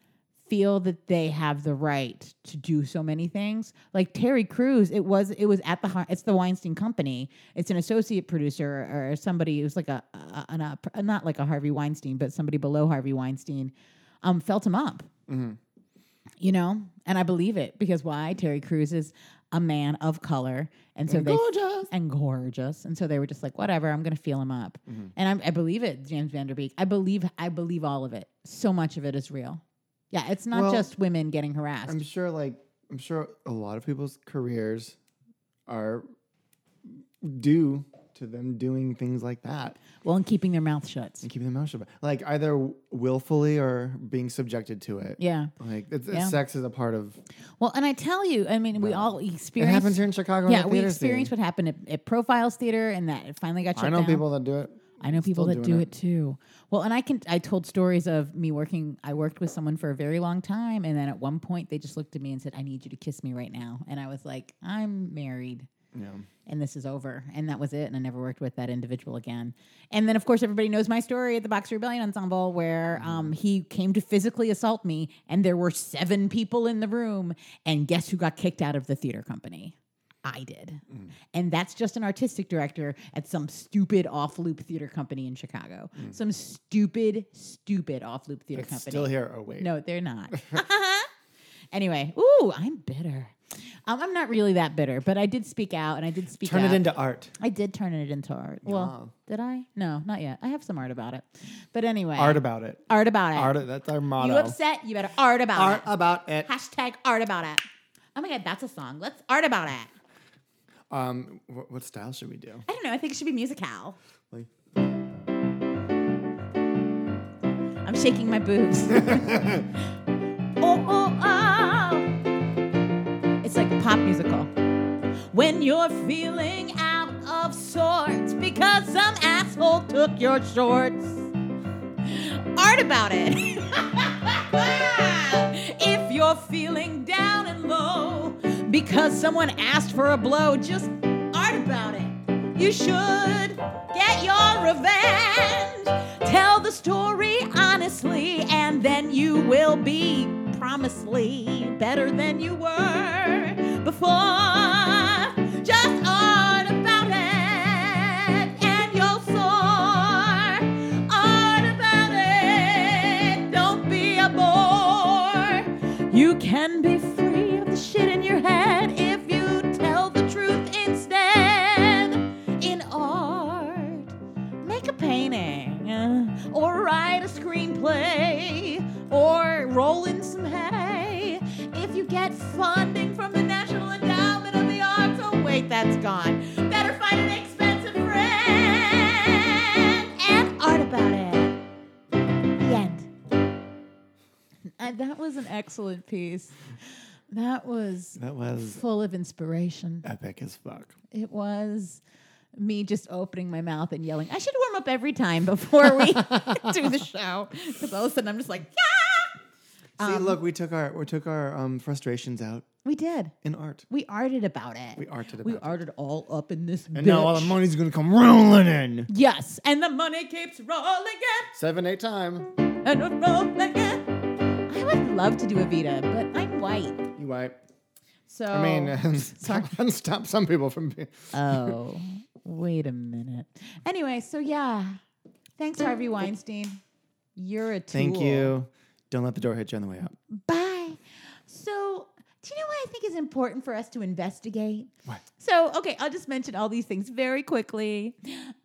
A: feel that they have the right to do so many things. Like Terry Crews, it was it was at the Har- it's the Weinstein Company. It's an associate producer or somebody who's like a, a, an up not like a Harvey Weinstein, but somebody below Harvey Weinstein, um, felt him up
B: Mm-hmm.
A: you know and i believe it because why terry crews is a man of color and so
B: And
A: they
B: gorgeous.
A: and gorgeous and so they were just like whatever i'm gonna feel him up
B: Mm-hmm.
A: and I'm, i believe it james vanderbeek i believe i believe all of it so much of it is real yeah it's not
B: Well,
A: just women getting harassed
B: I'm sure, like I'm sure, a lot of people's careers are due to them doing things like that
A: well and keeping their mouth shut
B: and keeping their mouth shut. Like either willfully or being subjected to it.
A: yeah
B: Like it's,
A: Yeah.
B: sex is a part of.
A: well and i tell you i mean we all
B: It
A: experience
B: happens here in Chicago.
A: yeah
B: in the
A: we
B: theater
A: experienced
B: scene.
A: what happened at, at profiles theater and that it finally got shut
B: I know
A: down.
B: people that do it.
A: I know people
B: Still
A: that
B: doing
A: do
B: it.
A: it too. Well, and I can I told stories of me working I worked with someone for a very long time and then at one point they just looked at me and said, "I need you to kiss me right now." And I was like, "I'm married."
B: Yeah.
A: And this is over. And that was it. And I never worked with that individual again. And then, of course, everybody knows my story at the Boxer Rebellion Ensemble where
B: Mm-hmm.
A: um, he came to physically assault me. And there were seven people in the room. And guess who got kicked out of the theater company? I did.
B: Mm.
A: And that's just an artistic director at some stupid off loop theater company in Chicago. Some stupid, stupid off loop theater
B: Mm. It's
A: company.
B: still here. Oh wait.
A: No, they're not. anyway, ooh, I'm bitter. Um, I'm not really that bitter, but I did speak out and I did speak
B: Turn
A: out.
B: it into art.
A: I did turn it into art. Well, did I? No, not yet. I have some art about it. But anyway,
B: Art about it.
A: art about it.
B: Art. That's our motto.
A: you upset? You better art about
B: Art
A: it.
B: about it.
A: Hashtag art about it. Oh my god, that's a song. Let's art about it.
B: Um, what, what style should we do?
A: I don't know. I think it should be musical.
B: Like,
A: I'm shaking my boobs. oh, oh, oh. It's like pop musical. When you're feeling out of sorts because some asshole took your shorts, art about it. if you're feeling down and low because someone asked for a blow, just art about it. You should get your revenge. Tell the story honestly, and then you will be promisely better than you were before. Just art about it, and you'll soar. Art about it, don't be a bore. You can be free of the shit in your head if you tell the truth instead. In art, make a painting, uh, or write a screenplay, or roll in some hay. If you get funding from the National Endowment of the Arts, oh wait, that's gone. Better find an expensive friend and art about it. The end. And Uh, that was an excellent piece. That was
B: that was
A: full of inspiration.
B: epic as fuck.
A: It was me just opening my mouth and yelling. I should warm up every time before we do the show because all of a sudden I'm just like, yeah.
B: See, look, we took our we took our um, frustrations out
A: We did.
B: in art.
A: We arted about it.
B: We arted
A: We
B: about it.
A: arted all up in this.
B: And now all
A: bitch.
B: the money's gonna come rolling in.
A: Yes, and the money keeps rolling in
B: Seven, eight time.
A: and it's rolling in. I would love to do a Vita, but I'm white,
B: You might.
A: so
B: I mean, stop, stop some people from being.
A: oh, wait a minute. Anyway, so yeah, thanks Harvey Weinstein. You're a tool.
B: Thank you. Don't let the door hit you on the way out.
A: Bye. So, do you know what I think is important for us to investigate?
B: What?
A: So, okay, I'll just mention all these things very quickly.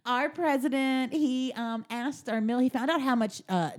A: Our president, he um, asked our mill, he found out how much uh,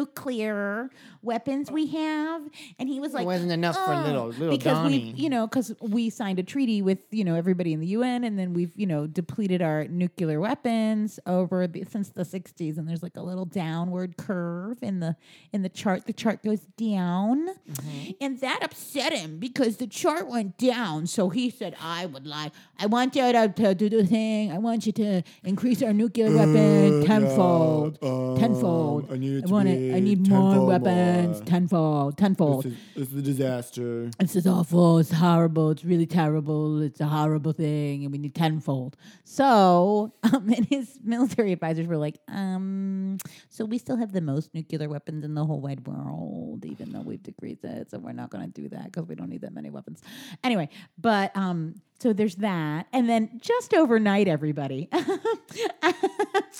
A: nuclear weapons we have, and he was like,
B: wasn't enough for
A: "Oh,
B: little- little
A: because
B: Donnie."
A: We, you know, because we signed a treaty with you know everybody in the UN, and then we've you know depleted our nuclear weapons over the, since the '60s, and there's like a little downward curve in the in the chart. The chart goes down,
B: Mm-hmm.
A: and that upset him because the chart went down. So he said, "I would like, I want you to, to do the thing. I want you to increase our nuclear weapon tenfold, tenfold.
B: Uh, Oh, um, I need it
A: I
B: to
A: want
B: be
A: it. I need more
B: tenfold
A: weapons,
B: more.
A: tenfold, tenfold."
B: This is, this is a disaster.
A: this is awful. "Oh, It's horrible. It's really terrible. It's a horrible thing, and we need tenfold. So, um, and his military advisors were like, um, so we still have the most nuclear weapons in the whole wide world, even though we've decreased it. So we're not going to do that because we don't need that many weapons. Anyway, but um, so there's that, and then just overnight, everybody.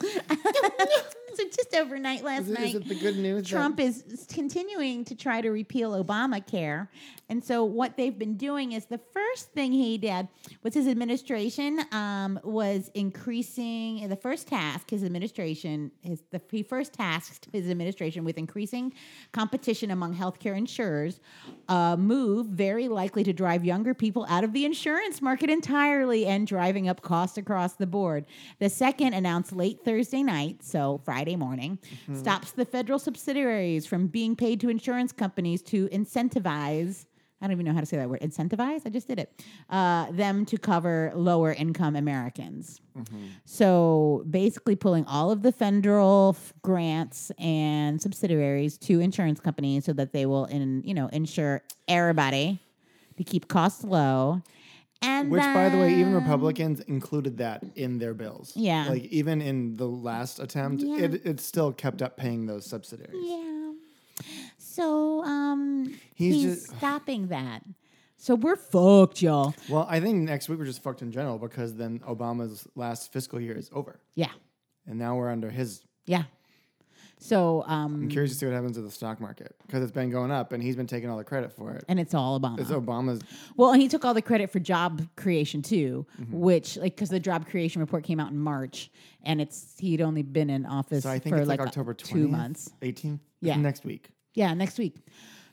A: so just overnight last
B: Is it,
A: night.
B: is it the good news? that-
A: Trump is is continuing to try to repeal Obamacare. And so, what they've been doing is the first thing he did was his administration um, was increasing the first task, his administration, his, the, he first tasked his administration with increasing competition among healthcare insurers, a move very likely to drive younger people out of the insurance market entirely and driving up costs across the board. The second announced late Thursday night, so Friday morning, stops the federal subsidiaries from being paid to insurance companies to incentivize. I don't even know how to say that word. Incentivize? I just did it. Uh, them to cover lower income Americans. So basically, pulling all of the federal f- grants and subsidiaries to insurance companies so that they will, in you know, insure everybody to keep costs low. And
B: Which, by the way, even
A: then-
B: Republicans included that in their bills.
A: Yeah.
B: Like, even in the last attempt,
A: Yeah.
B: it, it still kept up paying those subsidiaries.
A: Yeah. So um, he's,
B: He's just-
A: stopping that. So we're fucked, y'all.
B: Well, I think next week we're just fucked in general because then Obama's last fiscal year is over.
A: Yeah,
B: And now we're under his.
A: yeah. So
B: I'm
A: um,
B: curious to see what happens to the stock market because it's been going up and he's been taking all the credit for it.
A: and it's all Obama.
B: It's Obama's.
A: Well, and he took all the credit for job creation too, which like because the job creation report came out in March, and it's he'd only been in office
B: So I think
A: for
B: it's like,
A: a-
B: October 20th,
A: two months.
B: 18th?
A: Yeah.
B: Next week.
A: Yeah, next week.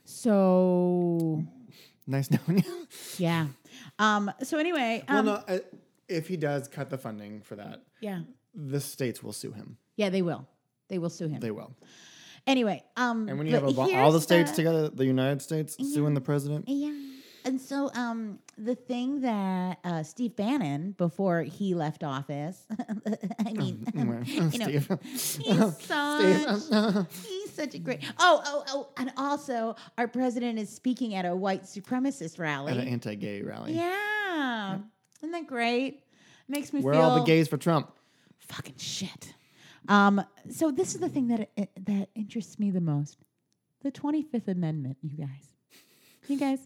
A: So
B: Nice knowing you.
A: yeah, um. So anyway,
B: well,
A: um,
B: no, I, if he does cut the funding for that,
A: yeah,
B: the states will sue him.
A: yeah, they will, they will sue him.
B: They will.
A: anyway, um.
B: And when you
A: but
B: have Obama, all the
A: here's
B: states together, the United States suing the president.
A: Yeah. And so um, the thing that uh, Steve Bannon, before he left office, I mean, you know,
B: Steve.
A: he's such, he's such a great. Oh, oh, oh. And also, our president is speaking at a white supremacist
B: At
A: rally.
B: an anti-gay rally.
A: yeah. Isn't that great? Makes me
B: Where are
A: feel
B: all the gays for Trump?
A: fucking shit. Um, so this is the thing that uh, that interests me the most: the Twenty Fifth Amendment. You guys, you guys,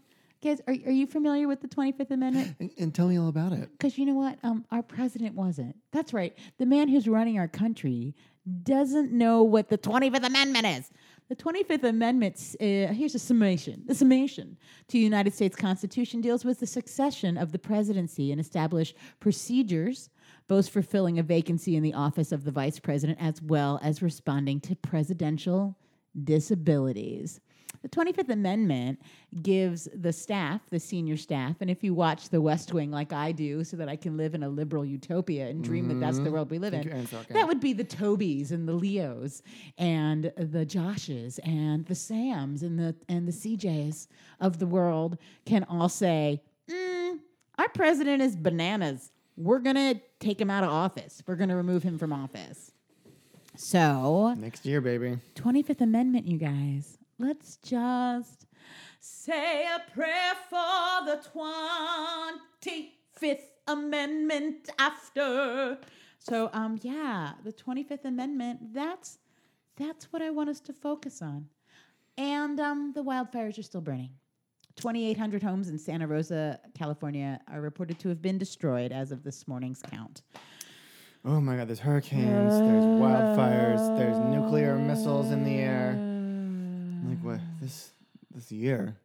A: guys, are are you familiar with the Twenty Fifth Amendment?
B: And, and tell me all about it.
A: Because you know what, um, our president wasn't. That's right. The man who's running our country doesn't know what the Twenty Fifth Amendment is. The Twenty Fifth Amendment. Uh, here's a summation. The summation to the United States Constitution deals with the succession of the presidency and established procedures both for filling a vacancy in the office of the vice president as well as responding to presidential disabilities. The 25th Amendment gives the staff, the senior staff, and if you watch The West Wing like I do, so that I can live in a liberal utopia and dream that that's the world we live
B: Thank
A: in,
B: you, Anne Falcon.
A: that would be the Tobys and the Leos and the Joshes and the Sams and the and the CJs of the world can all say, mm, "Our president is bananas. We're gonna take him out of office. We're gonna remove him from office." So,
B: Next year, baby.
A: 25th Amendment, you guys. Let's just say a prayer for the 25th Amendment after. So, um, yeah, the 25th Amendment, that's, that's what I want us to focus on. And um, the wildfires are still burning. 2,800 homes in Santa Rosa, California are reported to have been destroyed as of this morning's count.
B: Oh my God, there's hurricanes, there's wildfires, there's nuclear missiles in the air. I'm like, what? This this year?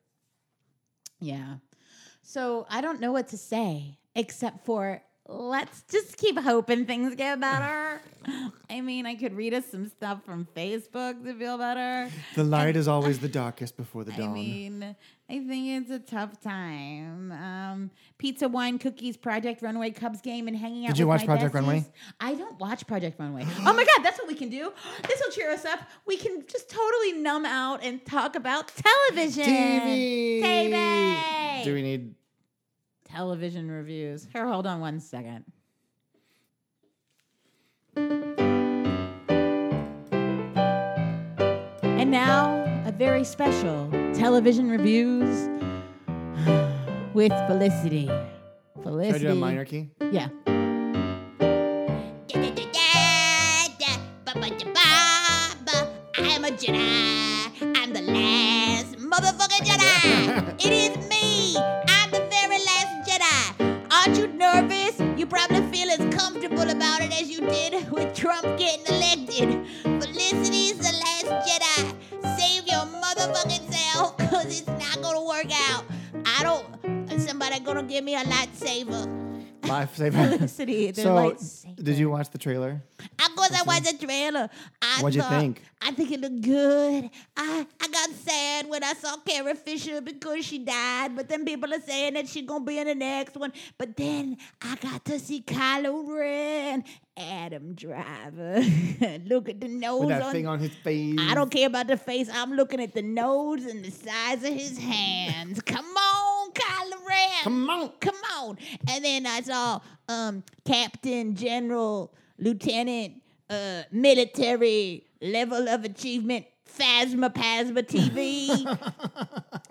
A: Yeah. So I don't know what to say except for let's just keep hoping things get better. I mean, I could read us some stuff from Facebook to feel better.
B: The light is always the darkest before the
A: I
B: dawn.
A: mean, I think it's a tough time. Um, pizza, wine, cookies, Project Runway, Cubs game, and hanging out.
B: Did you
A: with
B: watch
A: my
B: Project
A: besties.
B: Runway?
A: I don't watch Project Runway. Oh my god, that's what we can do. This will cheer us up. We can just totally numb out and talk about television.
B: TV.
A: TV.
B: Do we need?
A: television reviews. Here, hold on one second. And now, a very special television reviews with Felicity.
B: Should I
A: Felicity.
B: do a minor key?
A: Yeah.
C: I'm a Jedi. I'm the last motherfucking Jedi. it is me. I'm the very last Jedi. Aren't you nervous? You probably feel as comfortable about it as you did with Trump getting elected. Felicity's the last Jedi. Save your motherfucking self, cause it's not gonna work out. I don't. Somebody gonna give me a lightsaber.
B: Lifesaver.
A: Felicity. The
B: so,
A: lightsaber.
B: did you watch the trailer?
C: Of course, I watched the trailer. I
B: What'd you
C: thought-
B: think?
C: I think it looked good. I, I got sad when I saw Carrie Fisher because she died, but then people are saying that she's gonna be in the next one. But then I got to see Kylo Ren, Adam Driver. Look at the nose
B: With that
C: on
B: thing on his face.
C: I don't care about the face. I'm looking at the nose and the size of his hands. Come on, Kylo Ren.
B: Come on.
C: Come on. And then I saw um, Captain, General, Lieutenant, uh, military level of achievement, Phasma Pasma TV.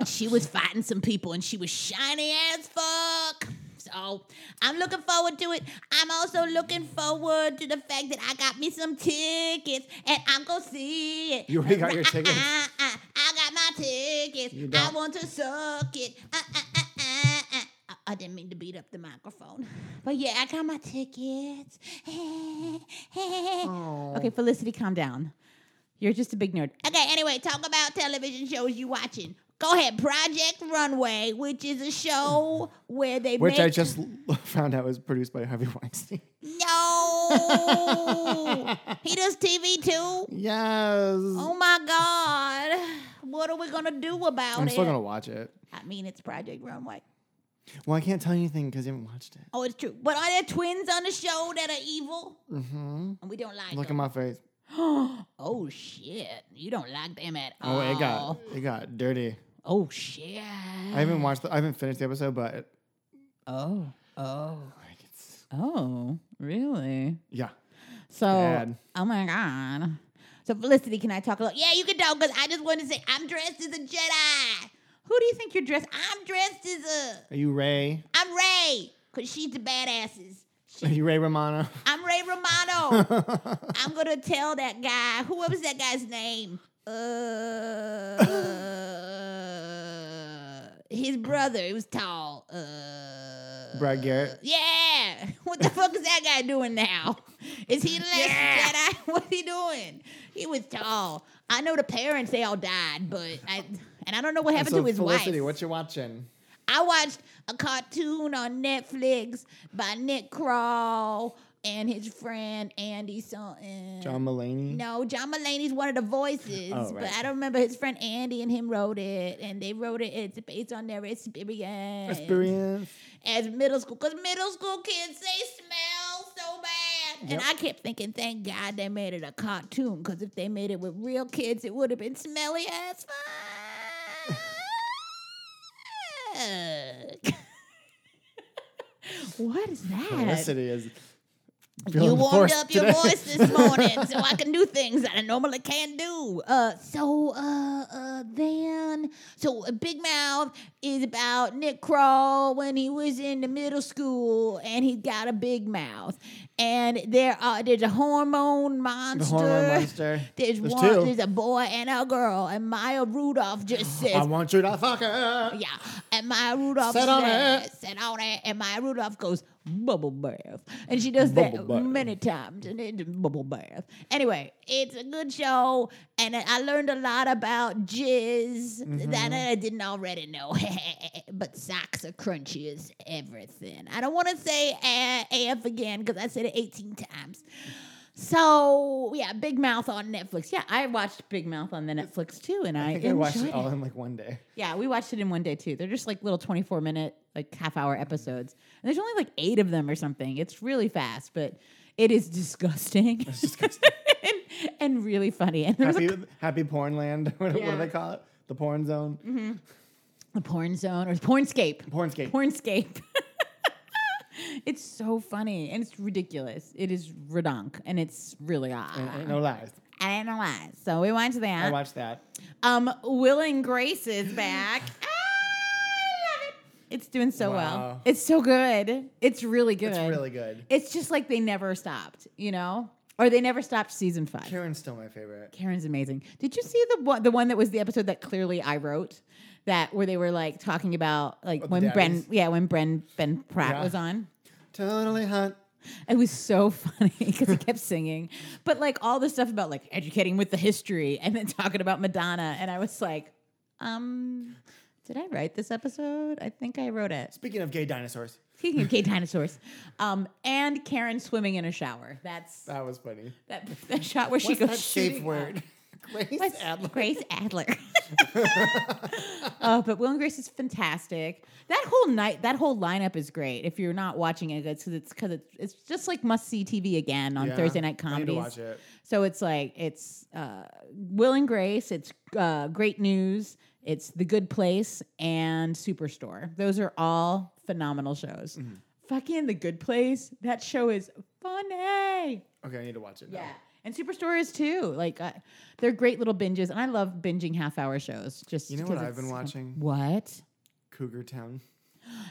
C: she was fighting some people and she was shiny as fuck. So I'm looking forward to it. I'm also looking forward to the fact that I got me some tickets and I'm gonna see it.
B: You already got your tickets.
C: I, I, I got my tickets.
B: You
C: I
B: don't.
C: want to suck it. Uh, uh, uh, uh, uh. I, I didn't mean to beat up the microphone. But yeah, I got my tickets.
A: Okay, Felicity, calm down. You're just a big nerd.
C: Okay, anyway, talk about television shows you watching. Go ahead, Project Runway, which is a show where they
B: Which
C: make
B: I just l- found out was produced by Harvey Weinstein.
C: no. he does TV too.
B: Yes.
C: Oh my God, what are we gonna do about
B: I'm
C: it?
B: still gonna watch it.
C: I mean, it's Project Runway.
B: Well, I can't tell you anything because you haven't watched it.
C: Oh, it's true. But are there twins on the show that are evil? Mm-hmm. And we don't like
B: Look at
C: them.
B: my face.
C: Oh shit, you don't like them at
B: Oh,
C: all.
B: it got it got dirty.
C: Oh shit.
B: I haven't watched. The, I haven't finished the episode, but it,
A: Oh. Oh.
B: like it's
A: Oh, really?
B: yeah.
A: So,
B: Bad.
A: oh my God.
C: So Felicity, can I talk a little? Yeah, you can talk because I just want to say I'm dressed as a Jedi.
A: Who do you think you're dressed?
C: I'm dressed as a.
B: Are you Ray?
C: I'm Ray because she's the badasses.
B: Are you Ray Romano?
C: I'm Ray Romano. I'm gonna tell that guy. Who what was that guy's name? Uh, his brother. He was tall. Uh,
B: Brad Garrett.
C: Yeah. What the fuck is that guy doing now? Is he the last Jedi? What's he doing? He was tall. I know the parents, they all died, but I and I don't know what happened
B: so
C: to his
B: Felicity,
C: wife.
B: what you watching?
C: I watched a cartoon on Netflix by Nick Crawl and his friend Andy something.
B: John Mulaney.
C: No, John Mulaney's one of the voices,
B: Oh,
C: but
B: right.
C: I don't remember his friend Andy and him wrote it, and they wrote it. It's based on their experience
B: Experience.
C: as middle school because middle school kids they smell so bad and
B: Yep.
C: i kept thinking thank god they made it a cartoon because if they made it with real kids it would have been smelly as fuck
A: What is that?
B: Felicity is Feeling
C: you
B: Oh, the
C: warmed
B: force
C: up your
B: today.
C: voice this morning, so I can do things that I normally can't do. Uh, so uh, uh, then, so uh, Big Mouth is about Nick Kroll when he was in the middle school, and he got a big mouth, and there are there's a hormone monster.
B: The hormone monster.
C: There's,
B: There's
C: one.
B: two.
C: There's a boy and a girl, and Maya Rudolph just says,
B: I want you to fuck her.
C: yeah. And Maya Rudolph
B: Sit on
C: says-
B: it.
C: sit on it. And Maya Rudolph goes, bubble bath. And she does that
B: Bubble bath.
C: many times. And it's bubble bath. Anyway, it's a good show. And I learned a lot about jizz
B: Mm-hmm.
C: that I didn't already know. but socks are crunchy as everything. I don't want to say a- AF again because I said it 18 times. So yeah, Big Mouth on Netflix. Yeah, I watched Big Mouth on the Netflix too, and I,
B: I think I
C: enjoyed
B: watched it
C: it.
B: all in like one day.
A: Yeah, we watched it in one day too. They're just like little 24 minute, like half hour episodes. And there's only like eight of them or something. It's really fast, but it is disgusting. and, and really funny. And there was a
B: Happy, happy porn land. what, what
A: Yeah. Mm-hmm.
B: do they call it? The porn zone.
A: the porn zone or the pornscape.
B: Pornscape.
A: Pornscape. it's so funny and it's ridiculous. It is redonk and it's really odd.
B: And ain't Mm, no lies.
A: I don't know why. So we watched
B: I
A: that.
B: watched that.
A: um, Will and Grace is back. I love it. It's doing so well.
B: Wow.
A: It's so good. It's really good.
B: It's really good.
A: It's just like they never stopped, you know, or they never stopped season five.
B: Karen's still my favorite.
A: Karen's amazing. Did you see the one, the one that was the episode that clearly I wrote that where they were like talking about like
B: Oh, the
A: when Bren
B: daddies?
A: yeah when Bren Ben Pratt
B: Yeah.
A: was on.
B: Totally hot.
A: It was so funny because he kept singing, but like all the stuff about like educating with the history and then talking about Madonna, and I was like, um, did I write this episode? I think I wrote it.
B: Speaking of gay dinosaurs,
A: Speaking of gay dinosaurs, um, and Karen swimming in a shower. That's
B: that was funny.
A: that, that shot where she
B: What's
A: goes
B: that
A: shooting
B: safe
A: up.
B: word? Grace
A: What's-
B: Adler.
A: Grace Adler. uh, but Will and Grace is fantastic. That whole night, that whole lineup is great. If you're not watching it, it's because it's, 'cause it's it's just like must see TV again on
B: Yeah,
A: Thursday night
B: I need
A: comedies.
B: to watch it.
A: So it's like it's uh, Will and Grace, it's uh, Great News, it's The Good Place, and Superstore. Those are all phenomenal shows.
B: Mm-hmm.
A: Fucking The Good Place, that show is funny.
B: Okay, I need to watch it. now.
A: Yeah. And Superstore is too. Like, uh, they're great little binges. And I love binging half hour shows. Just
B: You know
A: 'cause
B: what I've
A: it's-
B: been watching?
A: What?
B: Cougar Town.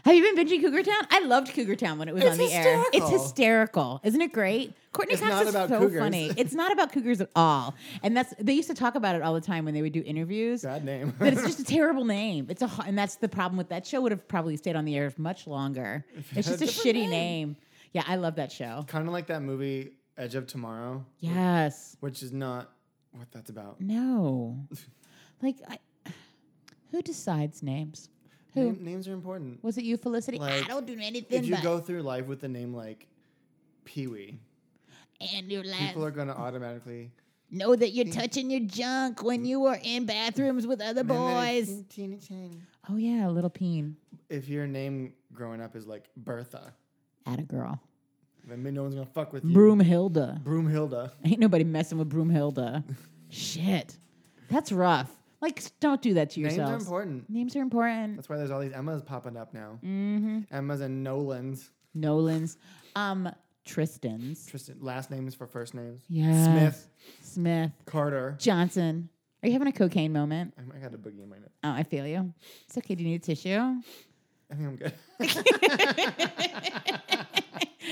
A: Have you been binging Cougar Town? I loved Cougar Town when it was
B: It's
A: on the air. It's
B: hysterical.
A: hysterical. Isn't it great? Courtney
B: It's
A: Cox
B: not
A: is
B: about
A: so
B: cougars.
A: funny. It's not about cougars at all. And that's they used to talk about it all the time when they would do interviews.
B: Bad name.
A: But it's just a terrible name. It's a ho- and that's the problem with that show. Would have probably stayed on the air much longer. It's
B: had
A: just a
B: a
A: shitty
B: different
A: name.
B: name.
A: Yeah, I love that show.
B: kind of like that movie Edge of Tomorrow,
A: Yes.
B: which is not what that's about.
A: No. like, I, who decides names? Who?
B: Name- names are important.
A: Was it you, Felicity?
B: Like,
C: I don't do anything
B: if you
C: but
B: go through life with the name like Pee Wee,
C: and your last
B: people are going to automatically.
C: know that you're touching your junk
B: Mm.
C: when you are in bathrooms with other boys.
B: Teeny tiny.
A: oh, yeah, a little peen.
B: If your name growing up is like Bertha,
A: At a girl.
B: then no one's going to fuck with you.
A: Broomhilda.
B: Broomhilda.
A: Ain't nobody messing with Broomhilda. Shit. That's rough. Like, s- don't do that to
B: Names are
A: yourselves.
B: important.
A: Names are important.
B: That's why there's all these Emmas popping up now. Mm-hmm. Emmas and Nolans.
A: Nolan's. Um, Tristan's.
B: Tristan, last names for first names.
A: Yes.
B: Smith,
A: Smith.
B: Carter.
A: Johnson. Are you having a cocaine moment?
B: I might have a boogie in my nose.
A: Oh, I feel you. It's okay. Do you need a tissue?
B: I think I'm good.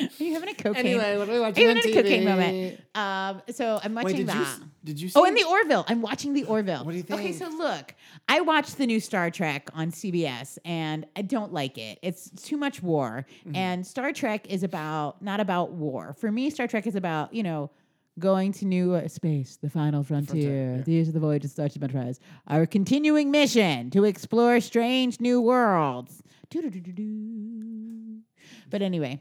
A: Are you having a cocaine?
B: anyway, what are we watching
A: Even
B: on
A: in a
B: TV?
A: cocaine moment. Um, so I'm
B: Wait,
A: watching
B: did you,
A: that.
B: s- did you see?
A: Oh, and the Orville. I'm watching the Orville.
B: What do you
A: Okay,
B: think?
A: so look, I watched the new Star Trek on CBS, and I don't like it. It's too much war,
B: Mm-hmm.
A: and Star Trek is about not about war. For me, Star Trek is about you know going to new uh, space, the final frontier.
B: yeah.
A: These are the voyages of Starship Enterprise. Our continuing mission to explore strange new worlds. Doo-doo-doo-doo-doo. But anyway.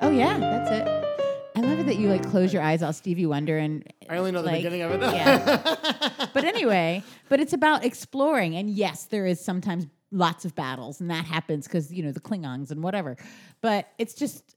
A: Oh yeah, that's it. I love it that you like close your eyes all Stevie Wonder and
B: I only know the
A: like,
B: beginning of it. though.
A: yeah. but anyway, but it's about exploring and yes, there is sometimes lots of battles and that happens cuz you know the Klingons and whatever. But it's just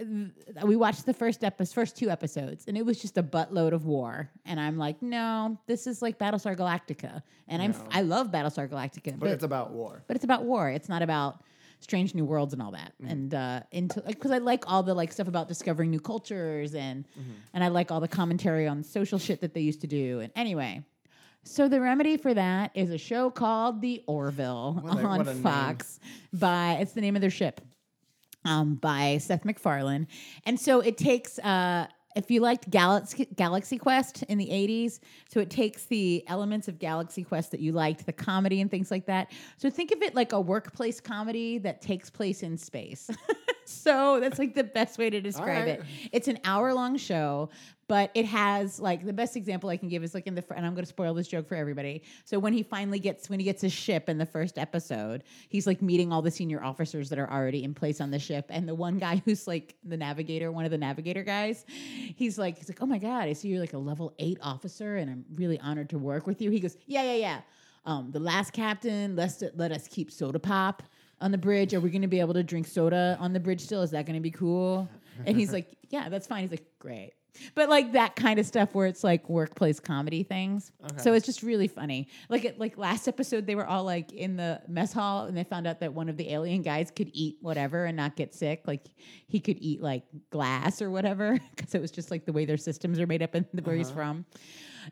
A: uh, we watched the first episode, first two episodes, and it was just a buttload of war. And I'm like, no, this is like Battlestar Galactica, and I'm f-
B: No.
A: I love Battlestar Galactica,
B: but it's about war.
A: but it's about war. It's not about Strange New Worlds and all that,
B: Mm-hmm.
A: and uh, into because I like all the like stuff about discovering new cultures and
B: Mm-hmm.
A: and I like all the commentary on social shit that they used to do. And anyway, so the remedy for that is a show called The Orville
B: What a-
A: on
B: what a name.
A: Fox. By it's the name of their ship um, by Seth MacFarlane. And so it takes, uh, if you liked Galaxy, Galaxy Quest in the 80s, so it takes the elements of Galaxy Quest that you liked, the comedy and things like that. So think of it like a workplace comedy that takes place in space. so that's like the best way to describe
B: right.
A: it. It's an hour long show, but it has like the best example I can give is like in the fir- and I'm going to spoil this joke for everybody. So when he finally gets when he gets his ship in the first episode, he's like meeting all the senior officers that are already in place on the ship, and the one guy who's like the navigator, one of the navigator guys, he's like he's like, oh my god, I see you're like a level eight officer, and I'm really honored to work with you. He goes, yeah, yeah, yeah. Um, the last captain let let us keep soda pop on the bridge. Are we going to be able to drink soda on the bridge still? Is that going to be cool? And he's like, yeah, that's fine. He's like, great. But like that kind of stuff where it's like workplace comedy things. So it's just really funny. Like it, like last episode, they were all like in the mess hall and they found out that one of the alien guys could eat whatever and not get sick. Like he could eat like glass or whatever because it was just like the way their systems are made up and where he's from.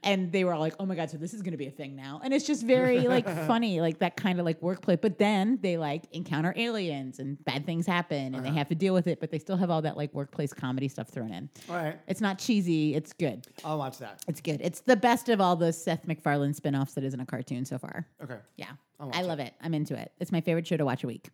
A: And they were all like, oh my God, so this is going to be a thing now. And it's just very like funny, like that kind of like workplace. But then they like encounter aliens and bad things happen and they have to deal with it, but they still have all that like workplace comedy stuff thrown in.
B: All right,
A: It's not cheesy. It's good.
B: I'll watch that.
A: It's good. It's the best of all the Seth MacFarlane spin-offs that isn't a cartoon so far.
B: Okay,
A: Yeah.
B: I'll watch
A: I love it. I'm into it. It's my favorite show to watch a week.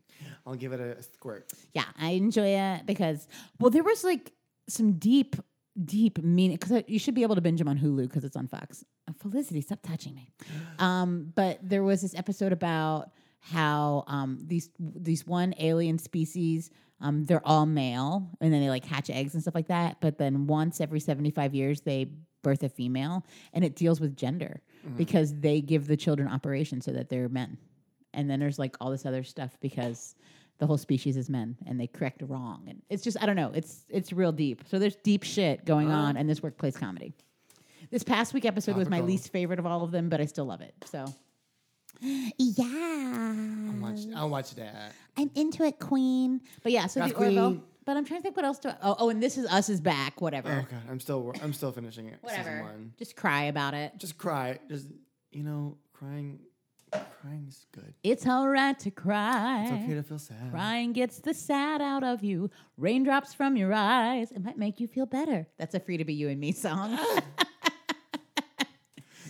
B: I'll give it a squirt.
A: Yeah, I enjoy it because well there was like some deep deep meaning cuz you should be able to binge them on Hulu cuz it's on Fox. Uh, Felicity, stop touching me. Um but there was this episode about how um these these one alien species um, they're all male and then they like hatch eggs and stuff like that but then once every 75 years they birth a female and it deals with gender because they give the children operations so that they're men and then there's like all this other stuff because the whole species is men and they correct wrong and it's just i don't know it's it's real deep so there's deep shit going on in this workplace comedy this past week episode was my
B: Topical.
A: least favorite of all of them but i still love it so yeah
B: I'll watch, I'll watch that.
A: I'm into it, Queen. But yeah, so
B: Yes,
A: the Orville.
B: queen.
A: But I'm trying to think what else do I, oh, oh, and This Is Us is back, whatever.
B: Oh god, I'm still I'm still finishing it. Season
A: whatever.
B: one.
A: Just cry about it.
B: Just cry. Just you know, crying, crying's good.
A: It's all right to cry.
B: It's okay to feel sad.
A: Crying gets the sad out of you. Raindrops from your eyes. It might make you feel better. That's a free to be you and me song.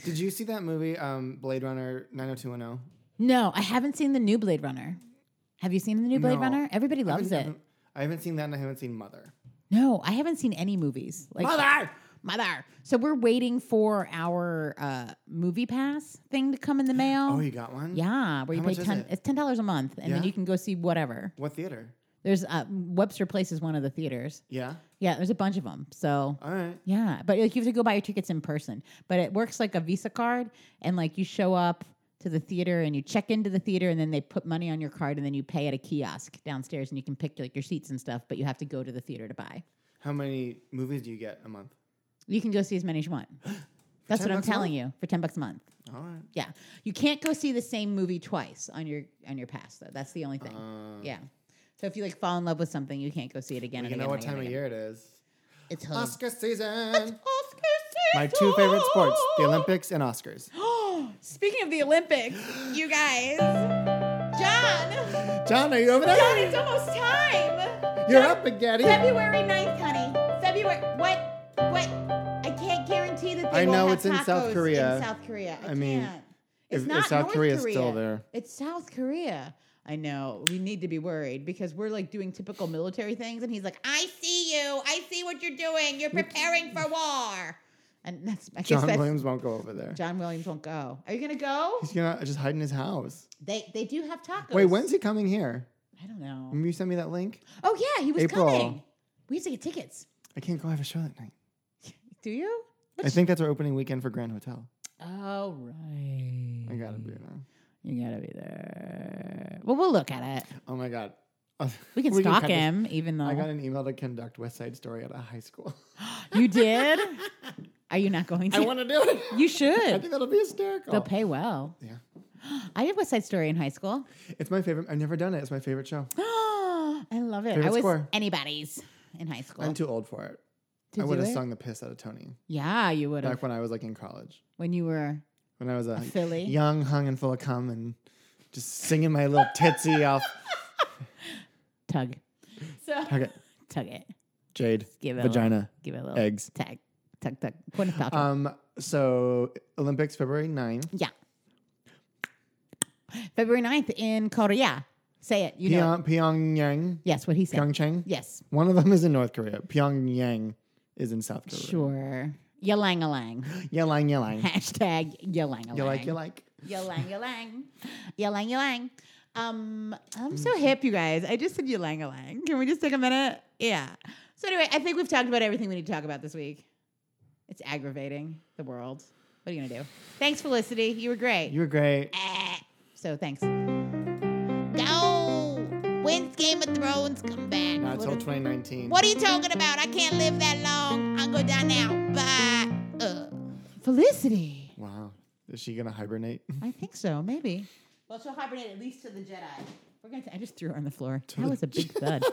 B: Did you see that movie, um, Blade Runner 90210?
A: no, I haven't seen the new Blade Runner. Have you seen the new Blade
B: No.
A: Runner? Everybody
B: I
A: loves
B: haven't- I
A: it.
B: haven't- I haven't seen that, and I haven't seen Mother.
A: No, I haven't seen any movies. Like oh.
B: Mother.
A: Mother. So we're waiting for our uh, movie pass thing to come in the mail.
B: Oh, you got one?
A: Yeah, where you
B: How
A: pay
B: much is
A: ten.
B: it?
A: It's ten dollars a month, and then
B: Yeah?
A: you can go see whatever.
B: What theater?
A: There's uh, Webster Place is one of the theaters.
B: Yeah.
A: Yeah, there's a bunch of them. So
B: All right.
A: yeah, but like you have to go buy your tickets in person. But it works like a Visa card, and like you show up to the theater and you check into the theater, and then they put money on your card, and then you pay at a kiosk downstairs, and you can pick like your seats and stuff. But you have to go to the theater to buy.
B: How many movies do you get a month?
A: You can go see as many as you want. That's
B: 10
A: what I'm
B: bucks a
A: telling you for ten bucks a month.
B: All right.
A: Yeah, you can't go see the same movie twice on your on your pass though. That's the only thing.
B: Uh,
A: Yeah. So if you like fall in love with something, you can't go see it again.
B: you
A: and
B: know
A: again
B: what
A: and again
B: time of
A: and
B: year it is?
A: again. It's home.
B: Oscar season.
A: Oscar
B: My two favorite sports: the Olympics and Oscars.
A: Speaking of the Olympics, you guys, John,
B: John, are you over there?
A: John, it's almost time.
B: You're up, Spaghetti.
A: February 9th, honey. February. What? What? I can't guarantee that they
B: I
A: will
B: know
A: have
B: it's in South
A: tacos
B: Korea.
A: In South Korea, I,
B: I mean,
A: can't. It's
B: if- if
A: not
B: South
A: North
B: Korea's still
A: Korea.
B: there.
A: It's South Korea. I know. We need to be worried because we're like doing typical military things, and he's like, "I see you. I see what you're doing. You're preparing for war." And that's I guess
B: John
A: that's,
B: Williams won't go over there.
A: John Williams won't go. Are you gonna go?
B: He's gonna just hide in his house.
A: They they do have tacos.
B: Wait, when's he coming here?
A: I don't know.
B: Remember you sent me that link?
A: Oh yeah, he was
B: April.
A: coming. We have to get tickets.
B: I can't go. I have a show that night.
A: Do you?
B: I think that's our opening weekend for Grand Hotel.
A: Oh right.
B: I gotta be there.
A: You gotta be there. Well, we'll look at it.
B: Oh my god.
A: We can stalk
B: cut this.
A: him, even
B: I got
A: though
B: an email to conduct West Side Story at a high school.
A: you did. Are you not going to?
B: I want to do it.
A: you
B: I
A: should.
B: think that'll be hysterical.
A: They'll pay well.
B: Yeah.
A: I did West Side Story in high school.
B: It's my favorite. I've never done it. It's my favorite show.
A: I love it. I
B: Favorite
A: was
B: score?
A: anybody's in high school.
B: I'm too old for it.
A: to
B: I would
A: do
B: have
A: it.
B: sung the piss out of Tony
A: Yeah, you would have
B: back when I was like in college.
A: when you were
B: When I was a,
A: filly?
B: young, hung, and full of cum, and just singing my little titsy off.
A: tug. So
B: Tug it.
A: tug it.
B: Jade,
A: Give it a
B: vagina,
A: Give it a little
B: eggs.
A: tag. Tug tug. Point of Paltrow.
B: Um. So Olympics February 9.
A: yeah. February 9th in Korea. Say it. You know. it.
B: Pyong, Pyongyang,
A: Yes, what he said.
B: Pyeongchang.
A: Yes.
B: One of them is in North Korea. Pyongyang is in South Korea.
A: Sure. Ylang ylang.
B: Ylang ylang.
A: Hashtag ylang
B: You like you
A: ylang.
B: like.
A: Ylang ylang. Ylang ylang. Um, I'm so hip, you guys. I just said ylang ylang. Can we just take a minute? Yeah. So anyway, I think we've talked about everything we need to talk about this week. It's aggravating the world. What are you gonna do? Thanks, Felicity. You were great.
B: You're great.
A: Ah. so thanks.
C: Go! When's Game of Thrones come back?
B: Not till 2019.
C: What are you talking about? I can't live that long. I'll go down now. Bye. Uh.
A: Felicity.
B: Wow. Is she gonna hibernate?
A: I think so. Maybe. Well, she'll hibernate at least to the Jedi. We're going to. I just threw her on the floor. that was a big thud.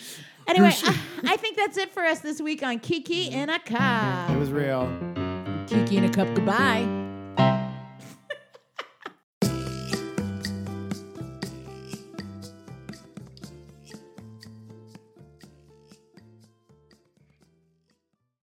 A: anyway, I, I think that's it for us this week on Kiki in a
B: It
A: Cup.
B: was real.
A: Kiki in a Cup. Goodbye.